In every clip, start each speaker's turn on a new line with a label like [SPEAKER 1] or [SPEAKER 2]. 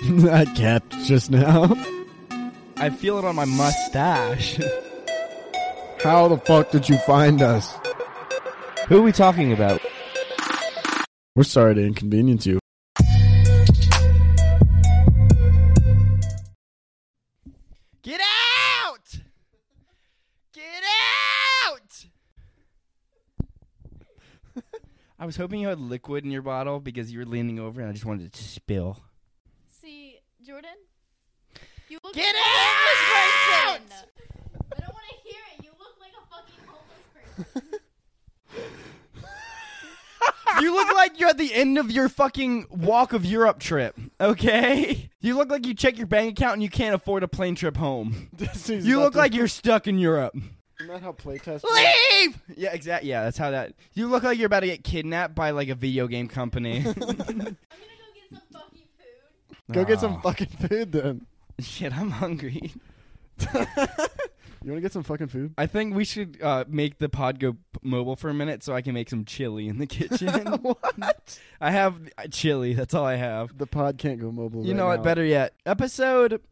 [SPEAKER 1] that kept just now.
[SPEAKER 2] I feel it on my mustache.
[SPEAKER 1] How the fuck did you find us?
[SPEAKER 2] Who are we talking about?
[SPEAKER 1] We're sorry to inconvenience you.
[SPEAKER 2] Get out! Get out! I was hoping you had liquid in your bottle because you were leaning over and I just wanted it to spill.
[SPEAKER 3] See, Jordan, you look
[SPEAKER 2] Get
[SPEAKER 3] like a
[SPEAKER 2] out!
[SPEAKER 3] homeless person. I don't want to hear it. You look like a fucking homeless person.
[SPEAKER 2] you look like you're at the end of your fucking walk of Europe trip, okay? You look like you check your bank account and you can't afford a plane trip home. You look like you're stuck in Europe.
[SPEAKER 1] Isn't that how playtest?
[SPEAKER 2] Leave! Yeah, exactly. Yeah, that's how that. You look like you're about to get kidnapped by like a video game company.
[SPEAKER 3] I'm gonna go get some fucking food.
[SPEAKER 1] Go get some
[SPEAKER 2] Oh.
[SPEAKER 1] fucking food then.
[SPEAKER 2] Shit, I'm hungry.
[SPEAKER 1] You want to get some fucking food?
[SPEAKER 2] I think we should uh, make the pod go p- mobile for a minute so I can make some chili in the kitchen.
[SPEAKER 1] what?
[SPEAKER 2] I have uh, chili. That's all I have.
[SPEAKER 1] The pod can't go mobile.
[SPEAKER 2] You
[SPEAKER 1] right
[SPEAKER 2] know what?
[SPEAKER 1] now.
[SPEAKER 2] Better yet, episode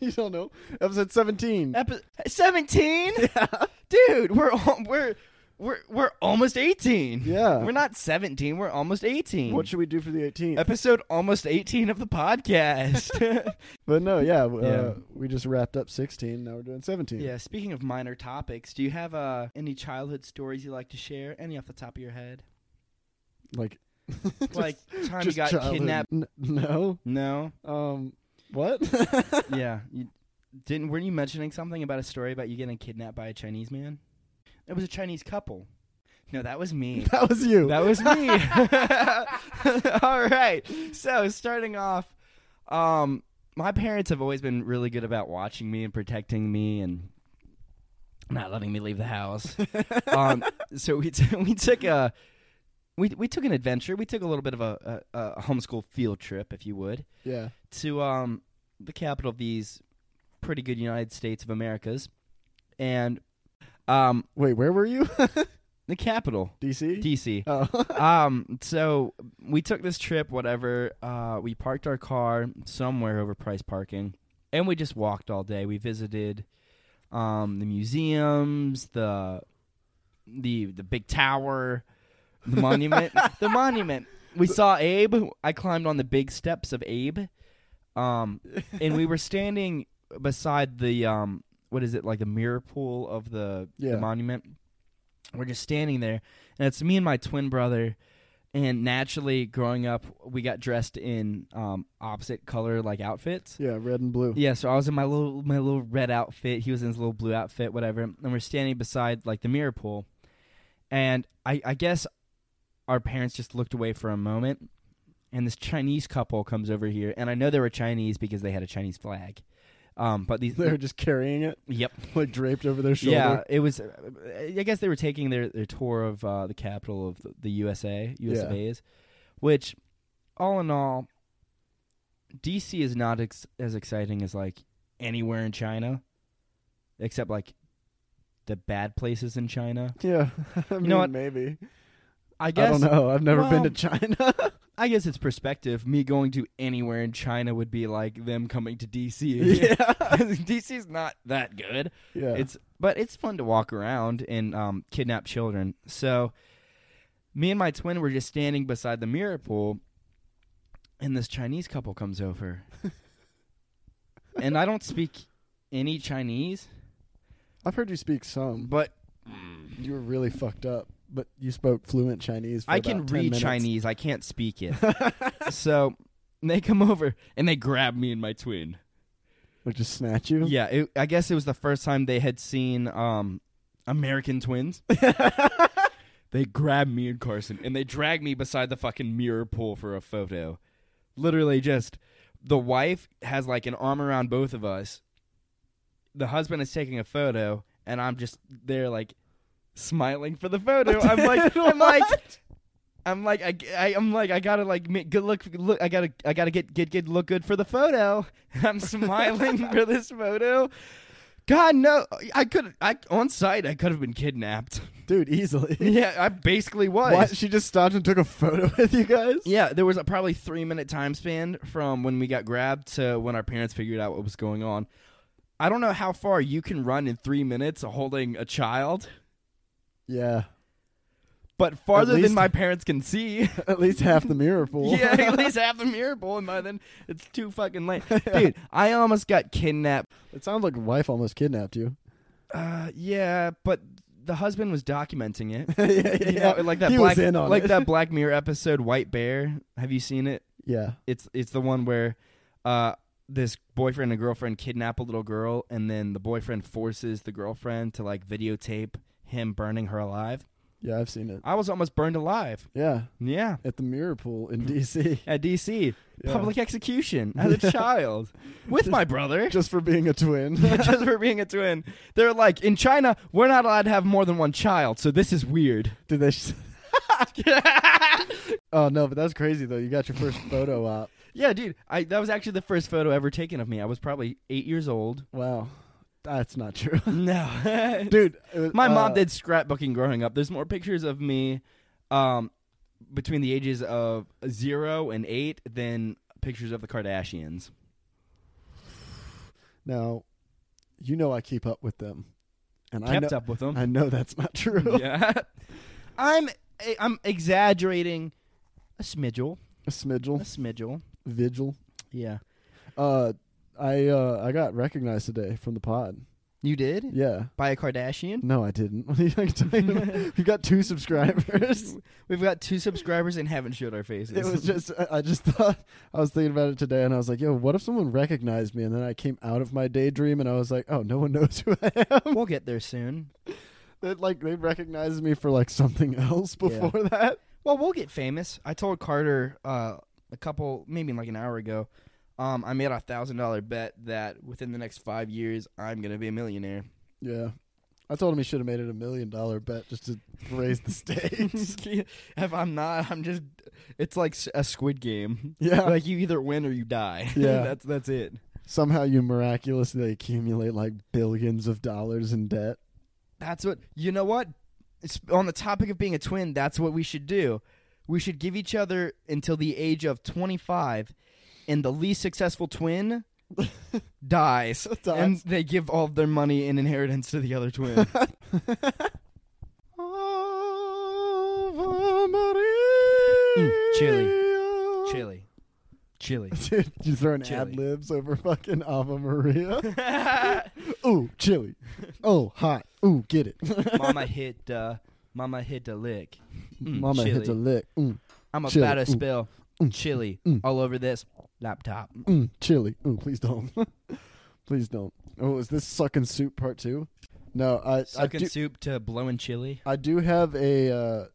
[SPEAKER 1] you don't know. Episode seventeen.
[SPEAKER 2] epi- 17?
[SPEAKER 1] Yeah.
[SPEAKER 2] Dude, we're al- we're we're we're almost 18.
[SPEAKER 1] Yeah.
[SPEAKER 2] We're not 17, we're almost 18.
[SPEAKER 1] What should we do for the 18th?
[SPEAKER 2] episode almost 18 of the podcast.
[SPEAKER 1] But no, yeah, uh,
[SPEAKER 2] Yeah.
[SPEAKER 1] we just wrapped up 16. Now we're doing 17.
[SPEAKER 2] yeah, speaking of minor topics, do you have uh, any childhood stories you like to share? Any off the top of your head?
[SPEAKER 1] Like,
[SPEAKER 2] like time you
[SPEAKER 1] just
[SPEAKER 2] got
[SPEAKER 1] childhood.
[SPEAKER 2] kidnapped?
[SPEAKER 1] N- no.
[SPEAKER 2] No.
[SPEAKER 1] Um, what? Uh,
[SPEAKER 2] yeah. You didn't weren't you mentioning something about a story about you getting kidnapped by a Chinese man? It was a Chinese couple. No, that was me.
[SPEAKER 1] that was you.
[SPEAKER 2] That was me. All right. So starting off, um, my parents have always been really good about watching me and protecting me and not letting me leave the house. um, so we t- we took a we we took an adventure. We took a little bit of a, a, a homeschool field trip, if you would,
[SPEAKER 1] yeah.
[SPEAKER 2] to um the capital of these pretty good United States of Americas, and um
[SPEAKER 1] Wait, where were you?
[SPEAKER 2] the capital
[SPEAKER 1] DC?
[SPEAKER 2] D.C.
[SPEAKER 1] oh.
[SPEAKER 2] um so we took this trip whatever uh we parked our car somewhere overpriced parking and we just walked all day we visited um the museums the the the big tower the monument the monument we saw abe i climbed on the big steps of abe um and we were standing beside the um what is it like the mirror pool of the,
[SPEAKER 1] Yeah.
[SPEAKER 2] the monument we're just standing there and it's me and my twin brother and naturally growing up we got dressed in um opposite color like outfits
[SPEAKER 1] yeah, red and blue.
[SPEAKER 2] yeah, so I was in my little my little red outfit. He was in his little blue outfit, whatever. And we're standing beside like the mirror pool, and I, I guess our parents just looked away for a moment, and this Chinese couple comes over here, and I know they were Chinese because they had a Chinese flag, um, but these
[SPEAKER 1] They were just carrying it,
[SPEAKER 2] yep
[SPEAKER 1] like draped over their shoulder.
[SPEAKER 2] yeah it was uh, I guess they were taking their their tour of uh, the capital of the, the USA US of
[SPEAKER 1] Yeah.
[SPEAKER 2] A's, which all in all, DC is not ex- as exciting as like anywhere in China, except like the bad places in China.
[SPEAKER 1] Yeah. I mean,
[SPEAKER 2] know what?
[SPEAKER 1] maybe.
[SPEAKER 2] I guess
[SPEAKER 1] I don't know. I've never been to
[SPEAKER 2] well-
[SPEAKER 1] China.
[SPEAKER 2] I guess it's perspective. Me going to anywhere in China would be like them coming to DC.
[SPEAKER 1] yeah.
[SPEAKER 2] DC is not that good.
[SPEAKER 1] Yeah.
[SPEAKER 2] It's but it's fun to walk around and um, kidnap children. So me and my twin were just standing beside the mirror pool, and this Chinese couple comes over, and I don't speak any Chinese,
[SPEAKER 1] I've heard you speak some.
[SPEAKER 2] but
[SPEAKER 1] You were really fucked up, but you spoke fluent Chinese. For
[SPEAKER 2] I
[SPEAKER 1] about
[SPEAKER 2] can
[SPEAKER 1] 10
[SPEAKER 2] read
[SPEAKER 1] minutes.
[SPEAKER 2] Chinese. I can't speak it. so they come over and they grab me and my twin.
[SPEAKER 1] Like just snatch you.
[SPEAKER 2] Yeah, it, I guess it was the first time they had seen um, American twins. they grabbed me and Carson and they dragged me beside the fucking mirror pool for a photo. Literally, just the wife has like an arm around both of us. The husband is taking a photo, and I'm just there, like smiling for the photo. I'm like, I'm like. I'm like I, I am like I gotta like make good look look I gotta I gotta get get good look good for the photo. I'm smiling for this photo. God no, I could I on site I could have been kidnapped.
[SPEAKER 1] dude, easily.
[SPEAKER 2] yeah, I basically was.
[SPEAKER 1] What? She just stopped and took a photo with you guys?
[SPEAKER 2] Yeah, there was a probably three minute time span from when we got grabbed to when our parents figured out what was going on. I don't know how far you can run in three minutes holding a child,
[SPEAKER 1] Yeah.
[SPEAKER 2] but farther than
[SPEAKER 1] least-
[SPEAKER 2] my parents can see.
[SPEAKER 1] At least half the mirror pool.
[SPEAKER 2] yeah, at least half the mirror bowl, and by then it's too fucking late. Dude, I almost got kidnapped.
[SPEAKER 1] It sounds like your wife almost kidnapped you.
[SPEAKER 2] Uh, yeah, but the husband was documenting it.
[SPEAKER 1] yeah, yeah,
[SPEAKER 2] You know, like that
[SPEAKER 1] He
[SPEAKER 2] black,
[SPEAKER 1] was in on
[SPEAKER 2] like
[SPEAKER 1] it.
[SPEAKER 2] that Black Mirror episode, White Bear. Have you seen it?
[SPEAKER 1] Yeah.
[SPEAKER 2] it's it's the one where uh this boyfriend and girlfriend kidnap a little girl and then the boyfriend forces the girlfriend to like videotape him burning her alive.
[SPEAKER 1] Yeah, I've seen it.
[SPEAKER 2] I was almost burned alive.
[SPEAKER 1] Yeah.
[SPEAKER 2] Yeah.
[SPEAKER 1] At the mirror pool
[SPEAKER 2] Hmm.
[SPEAKER 1] in DC.
[SPEAKER 2] At DC,
[SPEAKER 1] Yeah.
[SPEAKER 2] public execution as a
[SPEAKER 1] Yeah.
[SPEAKER 2] child with my brother
[SPEAKER 1] Just for being a twin.
[SPEAKER 2] just for being a twin. They're like, in China, we're not allowed to have more than one child, so this is weird.
[SPEAKER 1] Did they? Sh- oh no, but that's crazy though. You got your first photo op.
[SPEAKER 2] yeah, dude, I that was actually the first photo ever taken of me. I was probably 8 years old.
[SPEAKER 1] Wow, that's not true,
[SPEAKER 2] No.
[SPEAKER 1] dude. it was-
[SPEAKER 2] My mom
[SPEAKER 1] uh,
[SPEAKER 2] did scrapbooking growing up. There's more pictures of me um, between the ages of zero and eight than pictures of the Kardashians.
[SPEAKER 1] Now, you know I keep up with them, and I
[SPEAKER 2] Kept
[SPEAKER 1] know
[SPEAKER 2] up with them.
[SPEAKER 1] I know that's not true.
[SPEAKER 2] yeah. I'm eh, I'm exaggerating a smidgel,
[SPEAKER 1] A
[SPEAKER 2] a
[SPEAKER 1] Smidgel,
[SPEAKER 2] smidgel.
[SPEAKER 1] vigil.
[SPEAKER 2] Yeah.
[SPEAKER 1] Uh, I uh I got recognized today from the pod.
[SPEAKER 2] You did
[SPEAKER 1] Yeah.
[SPEAKER 2] by a Kardashian.
[SPEAKER 1] No, I didn't. What are you talking about? we got two subscribers.
[SPEAKER 2] We've got two subscribers and haven't showed our faces.
[SPEAKER 1] It was just I- I just thought I was thinking about it today, and I was like, "Yo, what if someone recognized me?" And then I came out of my daydream, and I was like, "Oh, no one knows who I am."
[SPEAKER 2] we'll get there soon.
[SPEAKER 1] That like they recognized me for like something else
[SPEAKER 2] Yeah.
[SPEAKER 1] before that.
[SPEAKER 2] Well, we'll get famous. I told Carter uh, a couple, maybe like an hour ago. Um, I made a thousand dollar bet that within the next five years, I'm gonna be a millionaire.
[SPEAKER 1] Yeah, I told him he should have made it a million dollar bet just to raise the stakes.
[SPEAKER 2] if I'm not, I'm just. It's like s- a Squid Game.
[SPEAKER 1] Yeah.
[SPEAKER 2] like you either win or you die.
[SPEAKER 1] Yeah.
[SPEAKER 2] that's that's it.
[SPEAKER 1] Somehow you miraculously accumulate like billions of dollars in debt.
[SPEAKER 2] That's what you know. What it's, on the topic of being a twin, that's what we should do. We should give each other until the age of 25, and the least successful twin dies,
[SPEAKER 1] Dies.
[SPEAKER 2] and they give all of their money in inheritance to the other twin. chili. Chili, chili.
[SPEAKER 1] Dude, you throwing
[SPEAKER 2] Chili.
[SPEAKER 1] ad libs over fucking Ava Maria. Ooh, chili. Oh, hot. Ooh, get it.
[SPEAKER 2] mama hit the, mama hit the lick. Mm,
[SPEAKER 1] Mama
[SPEAKER 2] chili.
[SPEAKER 1] hits a lick. Mm,
[SPEAKER 2] I'm
[SPEAKER 1] chili.
[SPEAKER 2] about to
[SPEAKER 1] Ooh.
[SPEAKER 2] spill
[SPEAKER 1] Mm.
[SPEAKER 2] chili
[SPEAKER 1] Mm.
[SPEAKER 2] all over this laptop.
[SPEAKER 1] mm, chili. Ooh, please don't. please don't. Oh, is this sucking soup part two? No, I I
[SPEAKER 2] Sucking
[SPEAKER 1] do,
[SPEAKER 2] soup to blowing chili.
[SPEAKER 1] I do have a uh,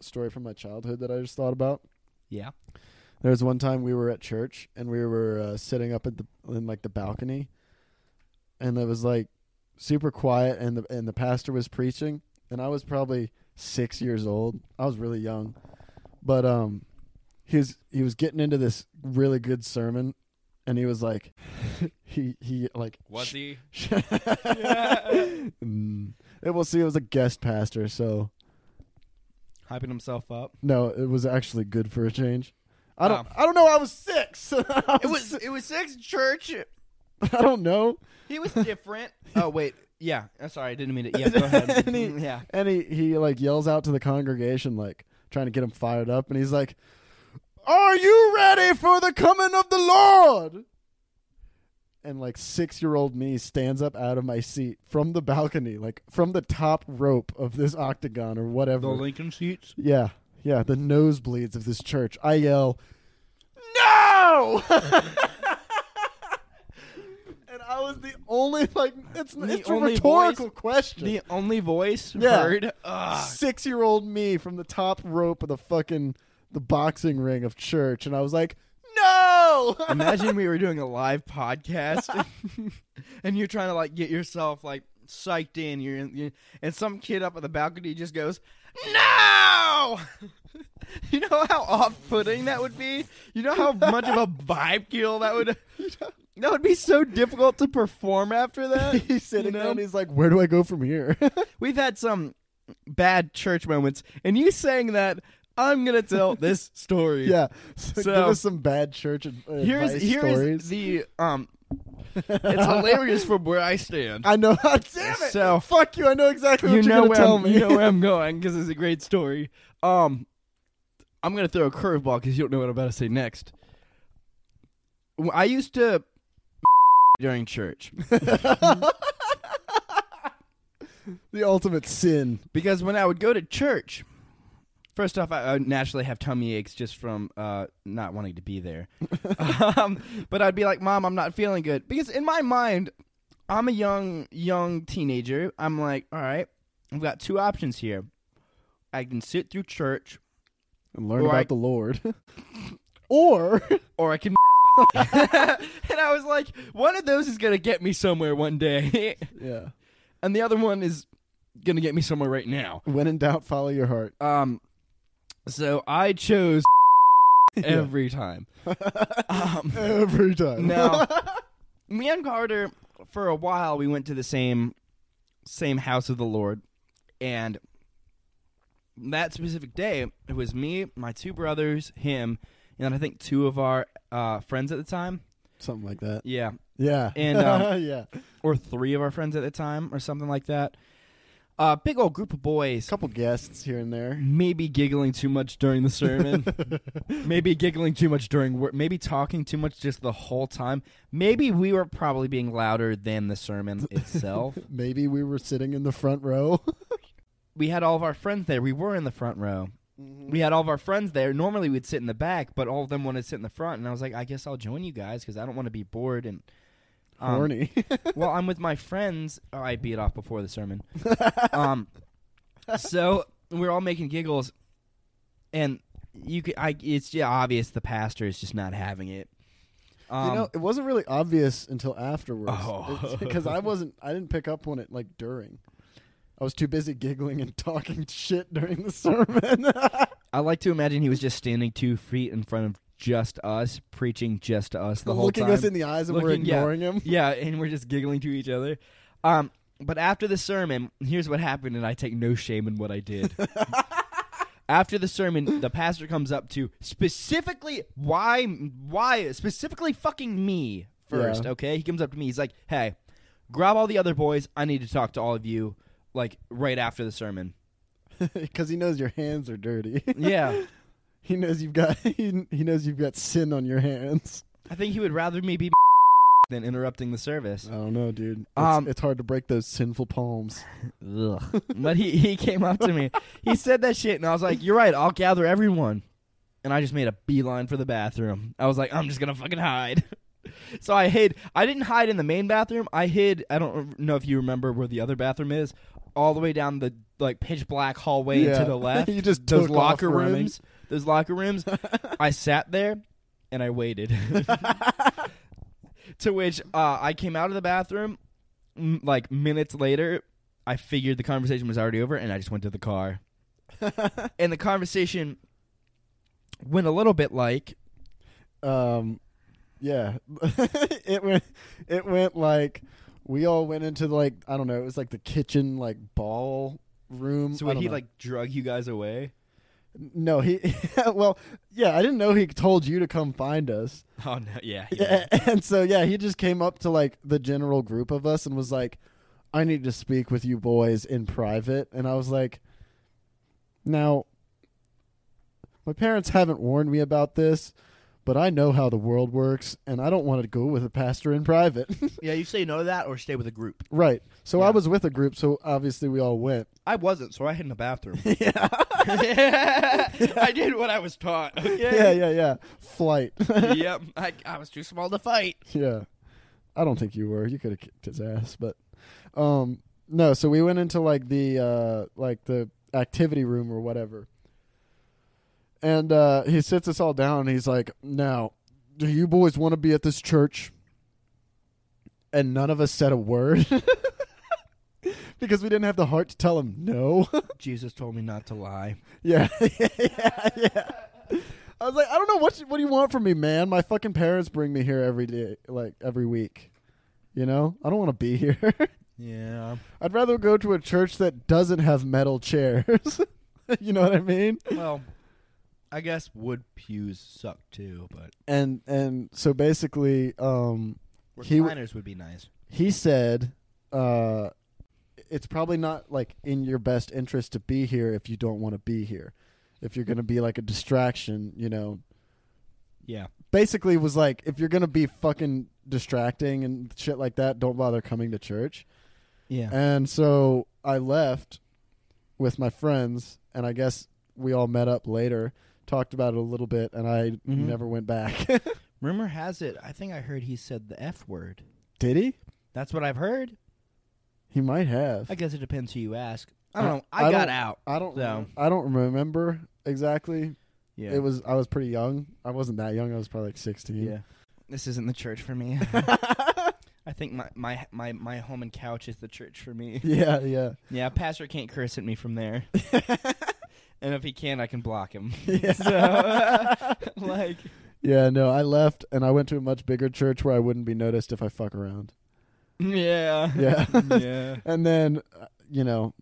[SPEAKER 1] story from my childhood that I just thought about.
[SPEAKER 2] Yeah.
[SPEAKER 1] There was one time we were at church and we were uh, sitting up at the in like the balcony, and it was like super quiet, and the and the pastor was preaching, and I was probably six years old. I was really young, but um, he was he was getting into this really good sermon, and he was like, he he like
[SPEAKER 2] he?
[SPEAKER 1] Mm. And we'll see. It was a guest pastor, so
[SPEAKER 2] hyping himself up.
[SPEAKER 1] no, it was actually good for a change. I don't.
[SPEAKER 2] Oh.
[SPEAKER 1] I don't know. I was six. I
[SPEAKER 2] It was it was sex church.
[SPEAKER 1] I don't know.
[SPEAKER 2] He was different. oh wait, yeah. I'm sorry, I didn't mean to. Yeah, go ahead. Mm,
[SPEAKER 1] And he-
[SPEAKER 2] yeah.
[SPEAKER 1] And he, he like yells out to the congregation, like trying to get him fired up. And he's like, Are you ready for the coming of the Lord? And like six year old me stands up out of my seat from the balcony, like from the top rope of this octagon or whatever.
[SPEAKER 2] Lincoln seats.
[SPEAKER 1] yeah. Yeah. The nosebleeds of this church. I yell, No! and I was the only, like, it's,
[SPEAKER 2] The
[SPEAKER 1] it's a
[SPEAKER 2] only
[SPEAKER 1] rhetorical
[SPEAKER 2] voice-
[SPEAKER 1] question
[SPEAKER 2] The only voice
[SPEAKER 1] Yeah.
[SPEAKER 2] heard. Ugh.
[SPEAKER 1] six year old me from the top rope of the fucking the boxing ring of church and I was like, No
[SPEAKER 2] Imagine we were doing a live podcast, and you're trying to like get yourself like psyched in. You're, in, you and some kid up at the balcony just goes, "No!" you know how off-putting that would be. You know how much of a vibe kill that would. That would be so difficult to perform after that.
[SPEAKER 1] he's sitting
[SPEAKER 2] know?
[SPEAKER 1] there and he's like, "Where do I go from here?"
[SPEAKER 2] We've had some bad church moments, and you saying that, I'm gonna tell this story.
[SPEAKER 1] yeah. So,
[SPEAKER 2] So-
[SPEAKER 1] give us some bad church and uh,
[SPEAKER 2] Here's
[SPEAKER 1] advice
[SPEAKER 2] here is
[SPEAKER 1] stories.
[SPEAKER 2] the um. It's hilarious from where I stand.
[SPEAKER 1] I know. Damn it.
[SPEAKER 2] So-
[SPEAKER 1] fuck you. I know exactly what
[SPEAKER 2] you
[SPEAKER 1] are
[SPEAKER 2] know
[SPEAKER 1] gonna
[SPEAKER 2] where
[SPEAKER 1] tell
[SPEAKER 2] I'm,
[SPEAKER 1] me.
[SPEAKER 2] you know where I'm going because it's a great story. Um, I'm gonna throw a curveball because you don't know what I'm about to say next. W- I used to during church
[SPEAKER 1] the ultimate sin.
[SPEAKER 2] because when I would go to church, first off, I, I would naturally have tummy aches just from uh, not wanting to be there. um, but I'd be like, "Mom, I'm not feeling good," because in my mind, I'm a young young teenager. I'm like, "All right, I've got two options here. I can sit through church."
[SPEAKER 1] And learn
[SPEAKER 2] Or
[SPEAKER 1] about
[SPEAKER 2] I-
[SPEAKER 1] the Lord. or
[SPEAKER 2] or I can. and I was like, one of those is gonna get me somewhere one day,
[SPEAKER 1] yeah.
[SPEAKER 2] and the other one is gonna get me somewhere right now.
[SPEAKER 1] When in doubt, follow your heart.
[SPEAKER 2] Um, so I chose every time. Um,
[SPEAKER 1] Every time.
[SPEAKER 2] now, me and Carter, for a while, we went to the same same house of the Lord, and that specific day, it was me, my two brothers, him, and I think two of our uh, friends at the time.
[SPEAKER 1] Something like that.
[SPEAKER 2] Yeah,
[SPEAKER 1] Yeah.
[SPEAKER 2] And, um,
[SPEAKER 1] yeah. A
[SPEAKER 2] or three of our friends at the time, or something like that. A big old group of boys,
[SPEAKER 1] couple guests here and there.
[SPEAKER 2] maybe giggling too much during the sermon, maybe giggling too much during work, maybe talking too much just the whole time. Maybe we were probably being louder than the sermon itself.
[SPEAKER 1] Maybe we were sitting in the front row.
[SPEAKER 2] we had all of our friends there. We were in the front row. We had all of our friends there. Normally we'd sit in the back, but all of them wanted to sit in the front, and I was like, I guess I'll join you guys because I don't want to be bored and. um,
[SPEAKER 1] Horny.
[SPEAKER 2] well, I'm with my friends. Oh, I beat off before the sermon. um, so we're all making giggles, and you could, I, it's yeah, obvious the pastor is just not having it. Um,
[SPEAKER 1] you know, it wasn't really obvious until afterwards
[SPEAKER 2] Oh.
[SPEAKER 1] because I wasn't. I didn't pick up on it like during. I was too busy giggling and talking shit during the sermon.
[SPEAKER 2] I like to imagine he was just standing two feet in front of just us, preaching just to us the whole
[SPEAKER 1] looking
[SPEAKER 2] time.
[SPEAKER 1] us in the eyes and
[SPEAKER 2] Looking-
[SPEAKER 1] we're
[SPEAKER 2] yeah.
[SPEAKER 1] ignoring him.
[SPEAKER 2] yeah, and we're just giggling to each other. Um, but after the sermon, here's what happened, and I take no shame in what I did. after the sermon, the pastor comes up to specifically why why specifically fucking me first.
[SPEAKER 1] Yeah.
[SPEAKER 2] Okay, he comes up to me. He's like, "Hey, grab all the other boys. I need to talk to all of you." Like right after the sermon,
[SPEAKER 1] because he knows your hands are dirty.
[SPEAKER 2] yeah.
[SPEAKER 1] he knows you've got he, he knows you've got sin on your hands.
[SPEAKER 2] I think he would rather me be than interrupting the service.
[SPEAKER 1] I don't know, dude. It's,
[SPEAKER 2] Um,
[SPEAKER 1] it's hard to break those sinful palms.
[SPEAKER 2] Ugh. but he, he came up to me. He said that shit, and I was like, "You're right. I'll gather everyone." And I just made a beeline for the bathroom. I was like, "I'm just gonna fucking hide." so I hid. I didn't hide in the main bathroom. I hid. I don't know if you remember where the other bathroom is. All the way down the like pitch black hallway
[SPEAKER 1] Yeah.
[SPEAKER 2] to the left.
[SPEAKER 1] You just
[SPEAKER 2] those
[SPEAKER 1] took off
[SPEAKER 2] locker
[SPEAKER 1] running.
[SPEAKER 2] rooms. Those locker rooms. I sat there and I waited. to which uh, I came out of the bathroom m- like minutes later. I figured the conversation was already over and I just went to the car. and the conversation went a little bit like
[SPEAKER 1] um, yeah, it went. It went like we all went into like I don't know. It was like the kitchen like ball room. I
[SPEAKER 2] so would
[SPEAKER 1] don't
[SPEAKER 2] he
[SPEAKER 1] know.
[SPEAKER 2] like drug you guys away?
[SPEAKER 1] no he well yeah I didn't know he told you to come find us.
[SPEAKER 2] Oh no, yeah. he
[SPEAKER 1] Yeah, and so yeah, he just came up to like the general group of us and was like, "I need to speak with you boys in private." And I was like, "Now, my parents haven't warned me about this, but I know how the world works, and I don't want to go with a pastor in private."
[SPEAKER 2] did. Yeah, you say no to that or stay with a group.
[SPEAKER 1] right. So
[SPEAKER 2] Yeah.
[SPEAKER 1] I was with a group, so obviously we all went.
[SPEAKER 2] I wasn't, so I hid in the bathroom.
[SPEAKER 1] Yeah.
[SPEAKER 2] I did what I was taught.
[SPEAKER 1] Yeah,
[SPEAKER 2] Okay.
[SPEAKER 1] yeah, yeah. Flight.
[SPEAKER 2] yep. I, I was too small to fight.
[SPEAKER 1] Yeah. I don't think you were. You could have kicked his ass, but um no, so we went into like the uh like the activity room or whatever. And uh he sits us all down and he's like, "Now, do you boys want to be at this church?" And none of us said a word. because we didn't have the heart to tell him no.
[SPEAKER 2] Jesus told me not to lie.
[SPEAKER 1] yeah. yeah. Yeah. I was like, I don't know what you, what do you want from me, man? My fucking parents bring me here every day, like every week. You know, I don't want to be here.
[SPEAKER 2] Yeah.
[SPEAKER 1] I'd rather go to a church that doesn't have metal chairs. you know what I mean?
[SPEAKER 2] Well, I guess wood pews suck too, but
[SPEAKER 1] And and so basically, um, He w-
[SPEAKER 2] recliners would be nice.
[SPEAKER 1] he said, uh, it's probably not like in your best interest to be here if you don't want to be here. If you're going to be like a distraction, you know,
[SPEAKER 2] Yeah.
[SPEAKER 1] basically was like, if you're gonna be fucking distracting and shit like that, don't bother coming to church.
[SPEAKER 2] Yeah.
[SPEAKER 1] And so I left with my friends, and I guess we all met up later, talked about it a little bit, and I
[SPEAKER 2] Mhm.
[SPEAKER 1] never went back.
[SPEAKER 2] Rumor has it, I think I heard he said the F word.
[SPEAKER 1] Did he?
[SPEAKER 2] That's what I've heard.
[SPEAKER 1] He might have.
[SPEAKER 2] I guess it depends who you ask. I
[SPEAKER 1] I-
[SPEAKER 2] don't know. I,
[SPEAKER 1] I
[SPEAKER 2] got
[SPEAKER 1] don't-
[SPEAKER 2] out.
[SPEAKER 1] I don't.
[SPEAKER 2] No.
[SPEAKER 1] I don't remember exactly.
[SPEAKER 2] Yeah.
[SPEAKER 1] It was. I was pretty young. I wasn't that young. I was probably like sixteen.
[SPEAKER 2] Yeah. This isn't the church for me. I think my, my my my home and couch is the church for me.
[SPEAKER 1] Yeah. Yeah.
[SPEAKER 2] Yeah, pastor can't curse at me from there. and if he can, I can block him.
[SPEAKER 1] Yeah.
[SPEAKER 2] so, like
[SPEAKER 1] Yeah. No, I left, and I went to a much bigger church where I wouldn't be noticed if I fuck around.
[SPEAKER 2] yeah.
[SPEAKER 1] Yeah.
[SPEAKER 2] yeah.
[SPEAKER 1] And then, uh, you know,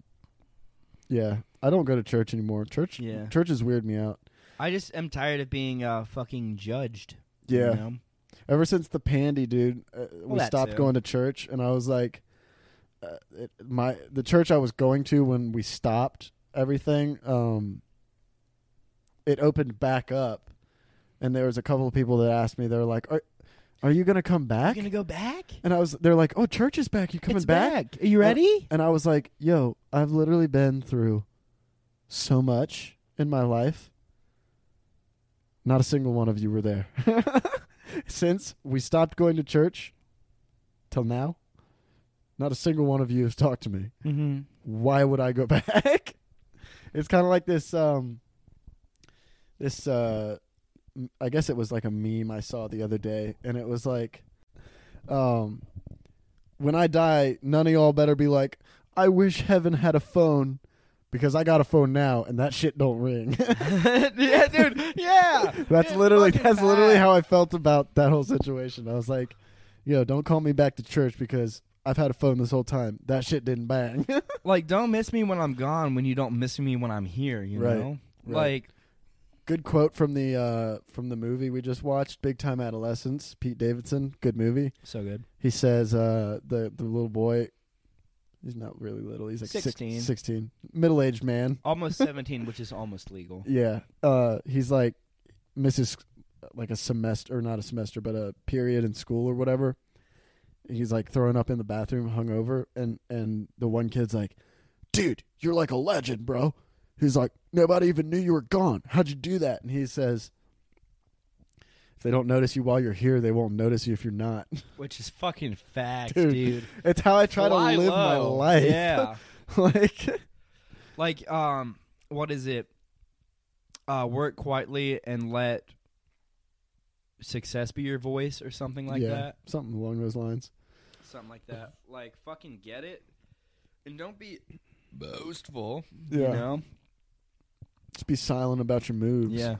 [SPEAKER 1] yeah, I don't go to church anymore. Church,
[SPEAKER 2] Yeah.
[SPEAKER 1] churches weird me out.
[SPEAKER 2] I just am tired of being uh fucking judged. you
[SPEAKER 1] Yeah,
[SPEAKER 2] know?
[SPEAKER 1] ever since the Pandy dude, uh, we
[SPEAKER 2] that
[SPEAKER 1] stopped
[SPEAKER 2] too.
[SPEAKER 1] going to church, and I was like, uh, it, my the church I was going to when we stopped everything, um, it opened back up, and there was a couple of people that asked me. They were like, "Are, are you gonna come
[SPEAKER 2] You
[SPEAKER 1] back?"
[SPEAKER 2] gonna go back?
[SPEAKER 1] and I was, they're like, "Oh, church is back. You coming
[SPEAKER 2] It's
[SPEAKER 1] back?" Uh,
[SPEAKER 2] Are you ready?
[SPEAKER 1] And I was like, yo, I've literally been through so much in my life. Not a single one of you were there. Since we stopped going to church till now, not a single one of you has talked to me.
[SPEAKER 2] Mm-hmm.
[SPEAKER 1] Why would I go back? it's kind of like this um this uh m- I guess it was like a meme I saw the other day and it was like um when I die, none of y'all better be like, I wish heaven had a phone because I got a phone now and that shit don't ring.
[SPEAKER 2] yeah, dude. Yeah.
[SPEAKER 1] that's
[SPEAKER 2] Dude,
[SPEAKER 1] literally
[SPEAKER 2] fucking
[SPEAKER 1] that's literally
[SPEAKER 2] bad.
[SPEAKER 1] how I felt about that whole situation. I was like, yo, don't call me back to church because I've had a phone this whole time. That shit didn't bang.
[SPEAKER 2] Like, don't miss me when I'm gone. When you don't miss me when I'm here, you
[SPEAKER 1] Right,
[SPEAKER 2] know.
[SPEAKER 1] right.
[SPEAKER 2] Like,
[SPEAKER 1] Good quote from the uh, from the movie we just watched, Big Time Adolescence. Pete Davidson, good movie.
[SPEAKER 2] so good.
[SPEAKER 1] He says uh, the the little boy, he's not really little. He's like six-
[SPEAKER 2] 16.
[SPEAKER 1] sixteen, middle aged man.
[SPEAKER 2] Almost 17, which is almost legal.
[SPEAKER 1] Yeah, uh, he's like misses like a semester, or not a semester, but a period in school or whatever. He's like throwing up in the bathroom, hungover, and and the one kid's like, "Dude, you're like a legend, bro." He's like, "Nobody even knew you were gone. How'd you do that?" And he says, "If they don't notice you while you're here, they won't notice you if you're not."
[SPEAKER 2] Which is fucking facts, dude.
[SPEAKER 1] Dude, it's how I try
[SPEAKER 2] Fly
[SPEAKER 1] to live my
[SPEAKER 2] low.
[SPEAKER 1] life.
[SPEAKER 2] Yeah.
[SPEAKER 1] like,
[SPEAKER 2] like, um, what is it? Uh, work quietly and let success be your voice, or something like
[SPEAKER 1] yeah,
[SPEAKER 2] that.
[SPEAKER 1] something along those lines.
[SPEAKER 2] Something like that. Like, fucking get it, and don't be boastful.
[SPEAKER 1] Yeah,
[SPEAKER 2] You know.
[SPEAKER 1] just be silent about your moves.
[SPEAKER 2] Yeah.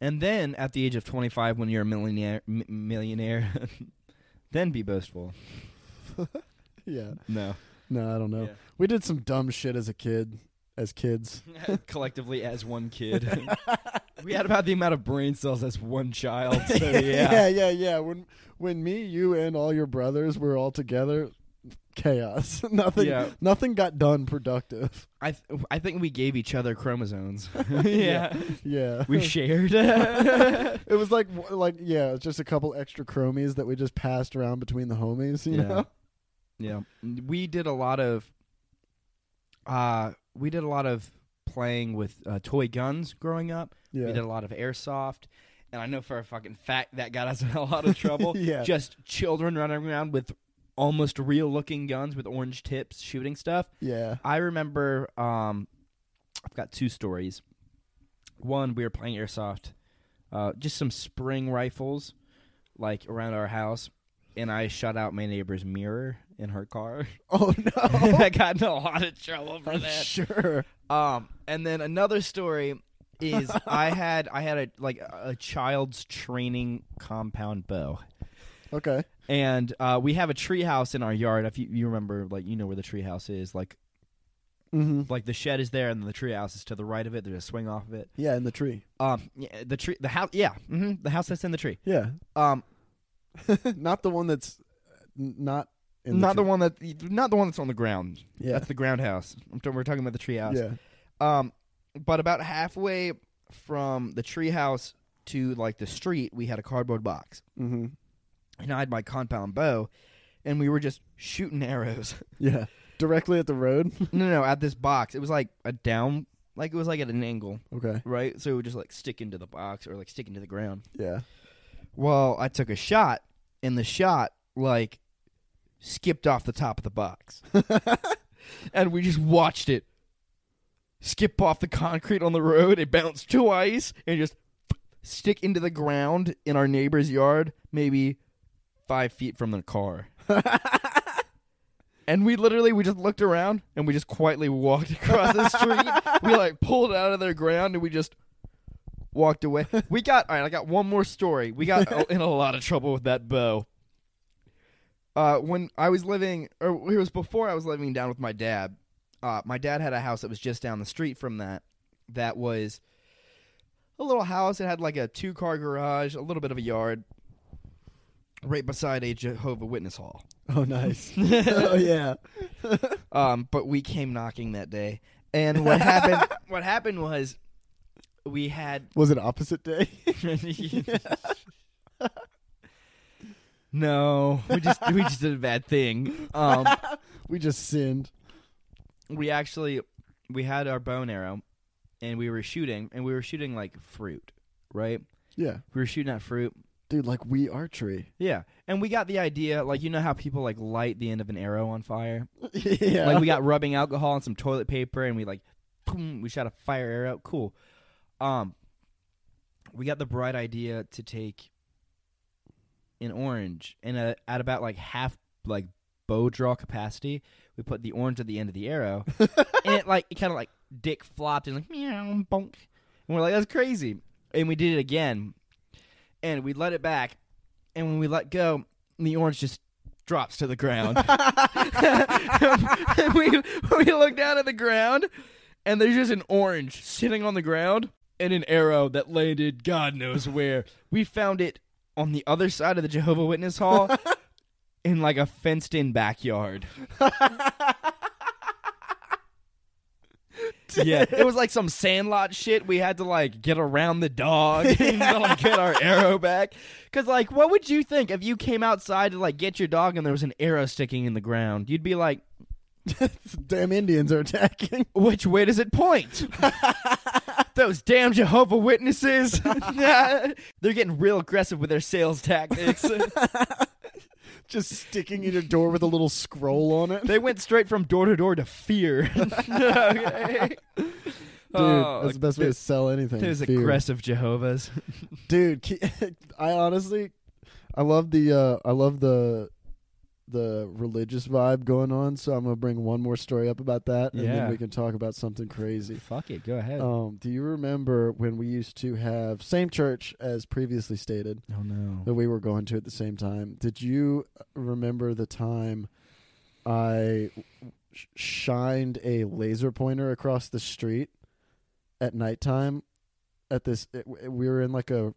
[SPEAKER 2] And then at the age of 25, when you're a millionaire, m- millionaire, then be boastful.
[SPEAKER 1] yeah.
[SPEAKER 2] No.
[SPEAKER 1] No, I don't know.
[SPEAKER 2] Yeah.
[SPEAKER 1] We did some dumb shit as a kid, as kids.
[SPEAKER 2] Collectively, as one kid, we had about the amount of brain cells as one child. So yeah.
[SPEAKER 1] yeah, yeah, yeah. When when me, you, and all your brothers were all together, chaos. nothing,
[SPEAKER 2] Yeah.
[SPEAKER 1] nothing got done productive.
[SPEAKER 2] I th- I think we gave each other chromosomes.
[SPEAKER 1] Yeah,
[SPEAKER 2] we shared.
[SPEAKER 1] it was like like yeah, it's just a couple extra chromies that we just passed around between the homies. You
[SPEAKER 2] Yeah.
[SPEAKER 1] know,
[SPEAKER 2] yeah, we did a lot of. Uh, we did a lot of playing with uh, toy guns growing up.
[SPEAKER 1] yeah,
[SPEAKER 2] We did a lot of airsoft. And I know for a fucking fact that got us in a lot of trouble.
[SPEAKER 1] Yeah.
[SPEAKER 2] Just children running around with almost real looking guns with orange tips shooting stuff.
[SPEAKER 1] yeah.
[SPEAKER 2] I remember um I've got two stories. One, we were playing airsoft, uh, just some spring rifles, like around our house, and I shot out my neighbor's mirror in her car.
[SPEAKER 1] Oh
[SPEAKER 2] I
[SPEAKER 1] no,
[SPEAKER 2] got in a lot of trouble for
[SPEAKER 1] I'm
[SPEAKER 2] that.
[SPEAKER 1] sure.
[SPEAKER 2] Um, and then another story is I had I had a like a child's training compound bow.
[SPEAKER 1] Okay.
[SPEAKER 2] And uh, we have a treehouse in our yard. If you, you remember, like you know where the treehouse is, like
[SPEAKER 1] Mm-hmm.
[SPEAKER 2] like the shed is there, and the treehouse is to the right of it. There's a swing off of it.
[SPEAKER 1] Yeah, in the tree.
[SPEAKER 2] Um, yeah, the tree, the house, yeah, hmm the house that's in the tree.
[SPEAKER 1] Yeah,
[SPEAKER 2] Um,
[SPEAKER 1] not the one that's uh, n- not in the
[SPEAKER 2] not the
[SPEAKER 1] tree.
[SPEAKER 2] one that, not the one that's on the ground.
[SPEAKER 1] Yeah,
[SPEAKER 2] That's the ground house. I'm t- we're talking about the tree house.
[SPEAKER 1] yeah.
[SPEAKER 2] Um, but about halfway from the tree house to like the street, we had a cardboard box,
[SPEAKER 1] Mm-hmm.
[SPEAKER 2] and I had my compound bow, and we were just shooting arrows.
[SPEAKER 1] Yeah, directly at the road.
[SPEAKER 2] no, no, at this box. It was like a down, like it was like at an angle,
[SPEAKER 1] okay.
[SPEAKER 2] right? So it would just like stick into the box or like stick into the ground.
[SPEAKER 1] Yeah.
[SPEAKER 2] Well, I took a shot, and the shot like skipped off the top of the box, and we just watched it skip off the concrete on the road. It bounced twice and just stick into the ground in our neighbor's yard, maybe five feet from the car. And we literally we just looked around and we just quietly walked across the street. we like pulled out of their ground and we just walked away. We got all right. I got one more story. We got o- in a lot of trouble with that bow. Uh, when I was living, or it was before I was living down with my dad. Uh, my dad had a house that was just down the street from that. That was a little house. It had like a two-car garage, a little bit of a yard, right beside a Jehovah Witness hall.
[SPEAKER 1] Oh, nice. oh, yeah.
[SPEAKER 2] Um, but we came knocking that day, and what happened? what happened was we had
[SPEAKER 1] Was it opposite day?
[SPEAKER 2] no, we just we just did a bad thing. Um,
[SPEAKER 1] we just sinned.
[SPEAKER 2] we actually we had our bow and arrow, and we were shooting, and we were shooting like fruit, right?
[SPEAKER 1] Yeah,
[SPEAKER 2] We were shooting at fruit.
[SPEAKER 1] dude. Like we archery.
[SPEAKER 2] Yeah, and we got the idea, like you know how people like light the end of an arrow on fire.
[SPEAKER 1] yeah.
[SPEAKER 2] Like we got rubbing alcohol and some toilet paper, and we like, boom, we shot a fire arrow. Cool. Um, we got the bright idea to take an orange, and uh at about like half like bow draw capacity, we put the orange at the end of the arrow, and it like it kind of like dick flopped and like meow bonk, and we're like that's crazy, and we did it again, and we let it back, and when we let go, the orange just drops to the ground. And we we look down at the ground, and there's just an orange sitting on the ground and an arrow that landed God knows where. We found it on the other side of the Jehovah Witness Hall, in like a fenced-in backyard. Yeah, it was like some sandlot shit. We had to like get around the dog and like get our arrow back. Cause like, what would you think if you came outside to like get your dog and there was an arrow sticking in the ground? You'd be like,
[SPEAKER 1] Damn Indians are attacking.
[SPEAKER 2] which way does it point? Those damn Jehovah Witnesses. They're getting real aggressive with their sales tactics.
[SPEAKER 1] just sticking in your door with a little scroll on it.
[SPEAKER 2] they went straight from door to door to fear. okay. Oh,
[SPEAKER 1] Dude, that's the best way to sell anything.
[SPEAKER 2] Those
[SPEAKER 1] fear.
[SPEAKER 2] aggressive Jehovahs.
[SPEAKER 1] Dude, ke- I honestly, I love the, uh, I love the, the religious vibe going on. So I'm gonna bring one more story up about that, and
[SPEAKER 2] Yeah.
[SPEAKER 1] then we can talk about something crazy.
[SPEAKER 2] Fuck it, go ahead.
[SPEAKER 1] Um, do you remember when we used to have same church as previously stated
[SPEAKER 2] oh no.
[SPEAKER 1] that we were going to at the same time? Did you uh, remember the time I sh- shined a laser pointer across the street at nighttime? At this, it, we were in like a,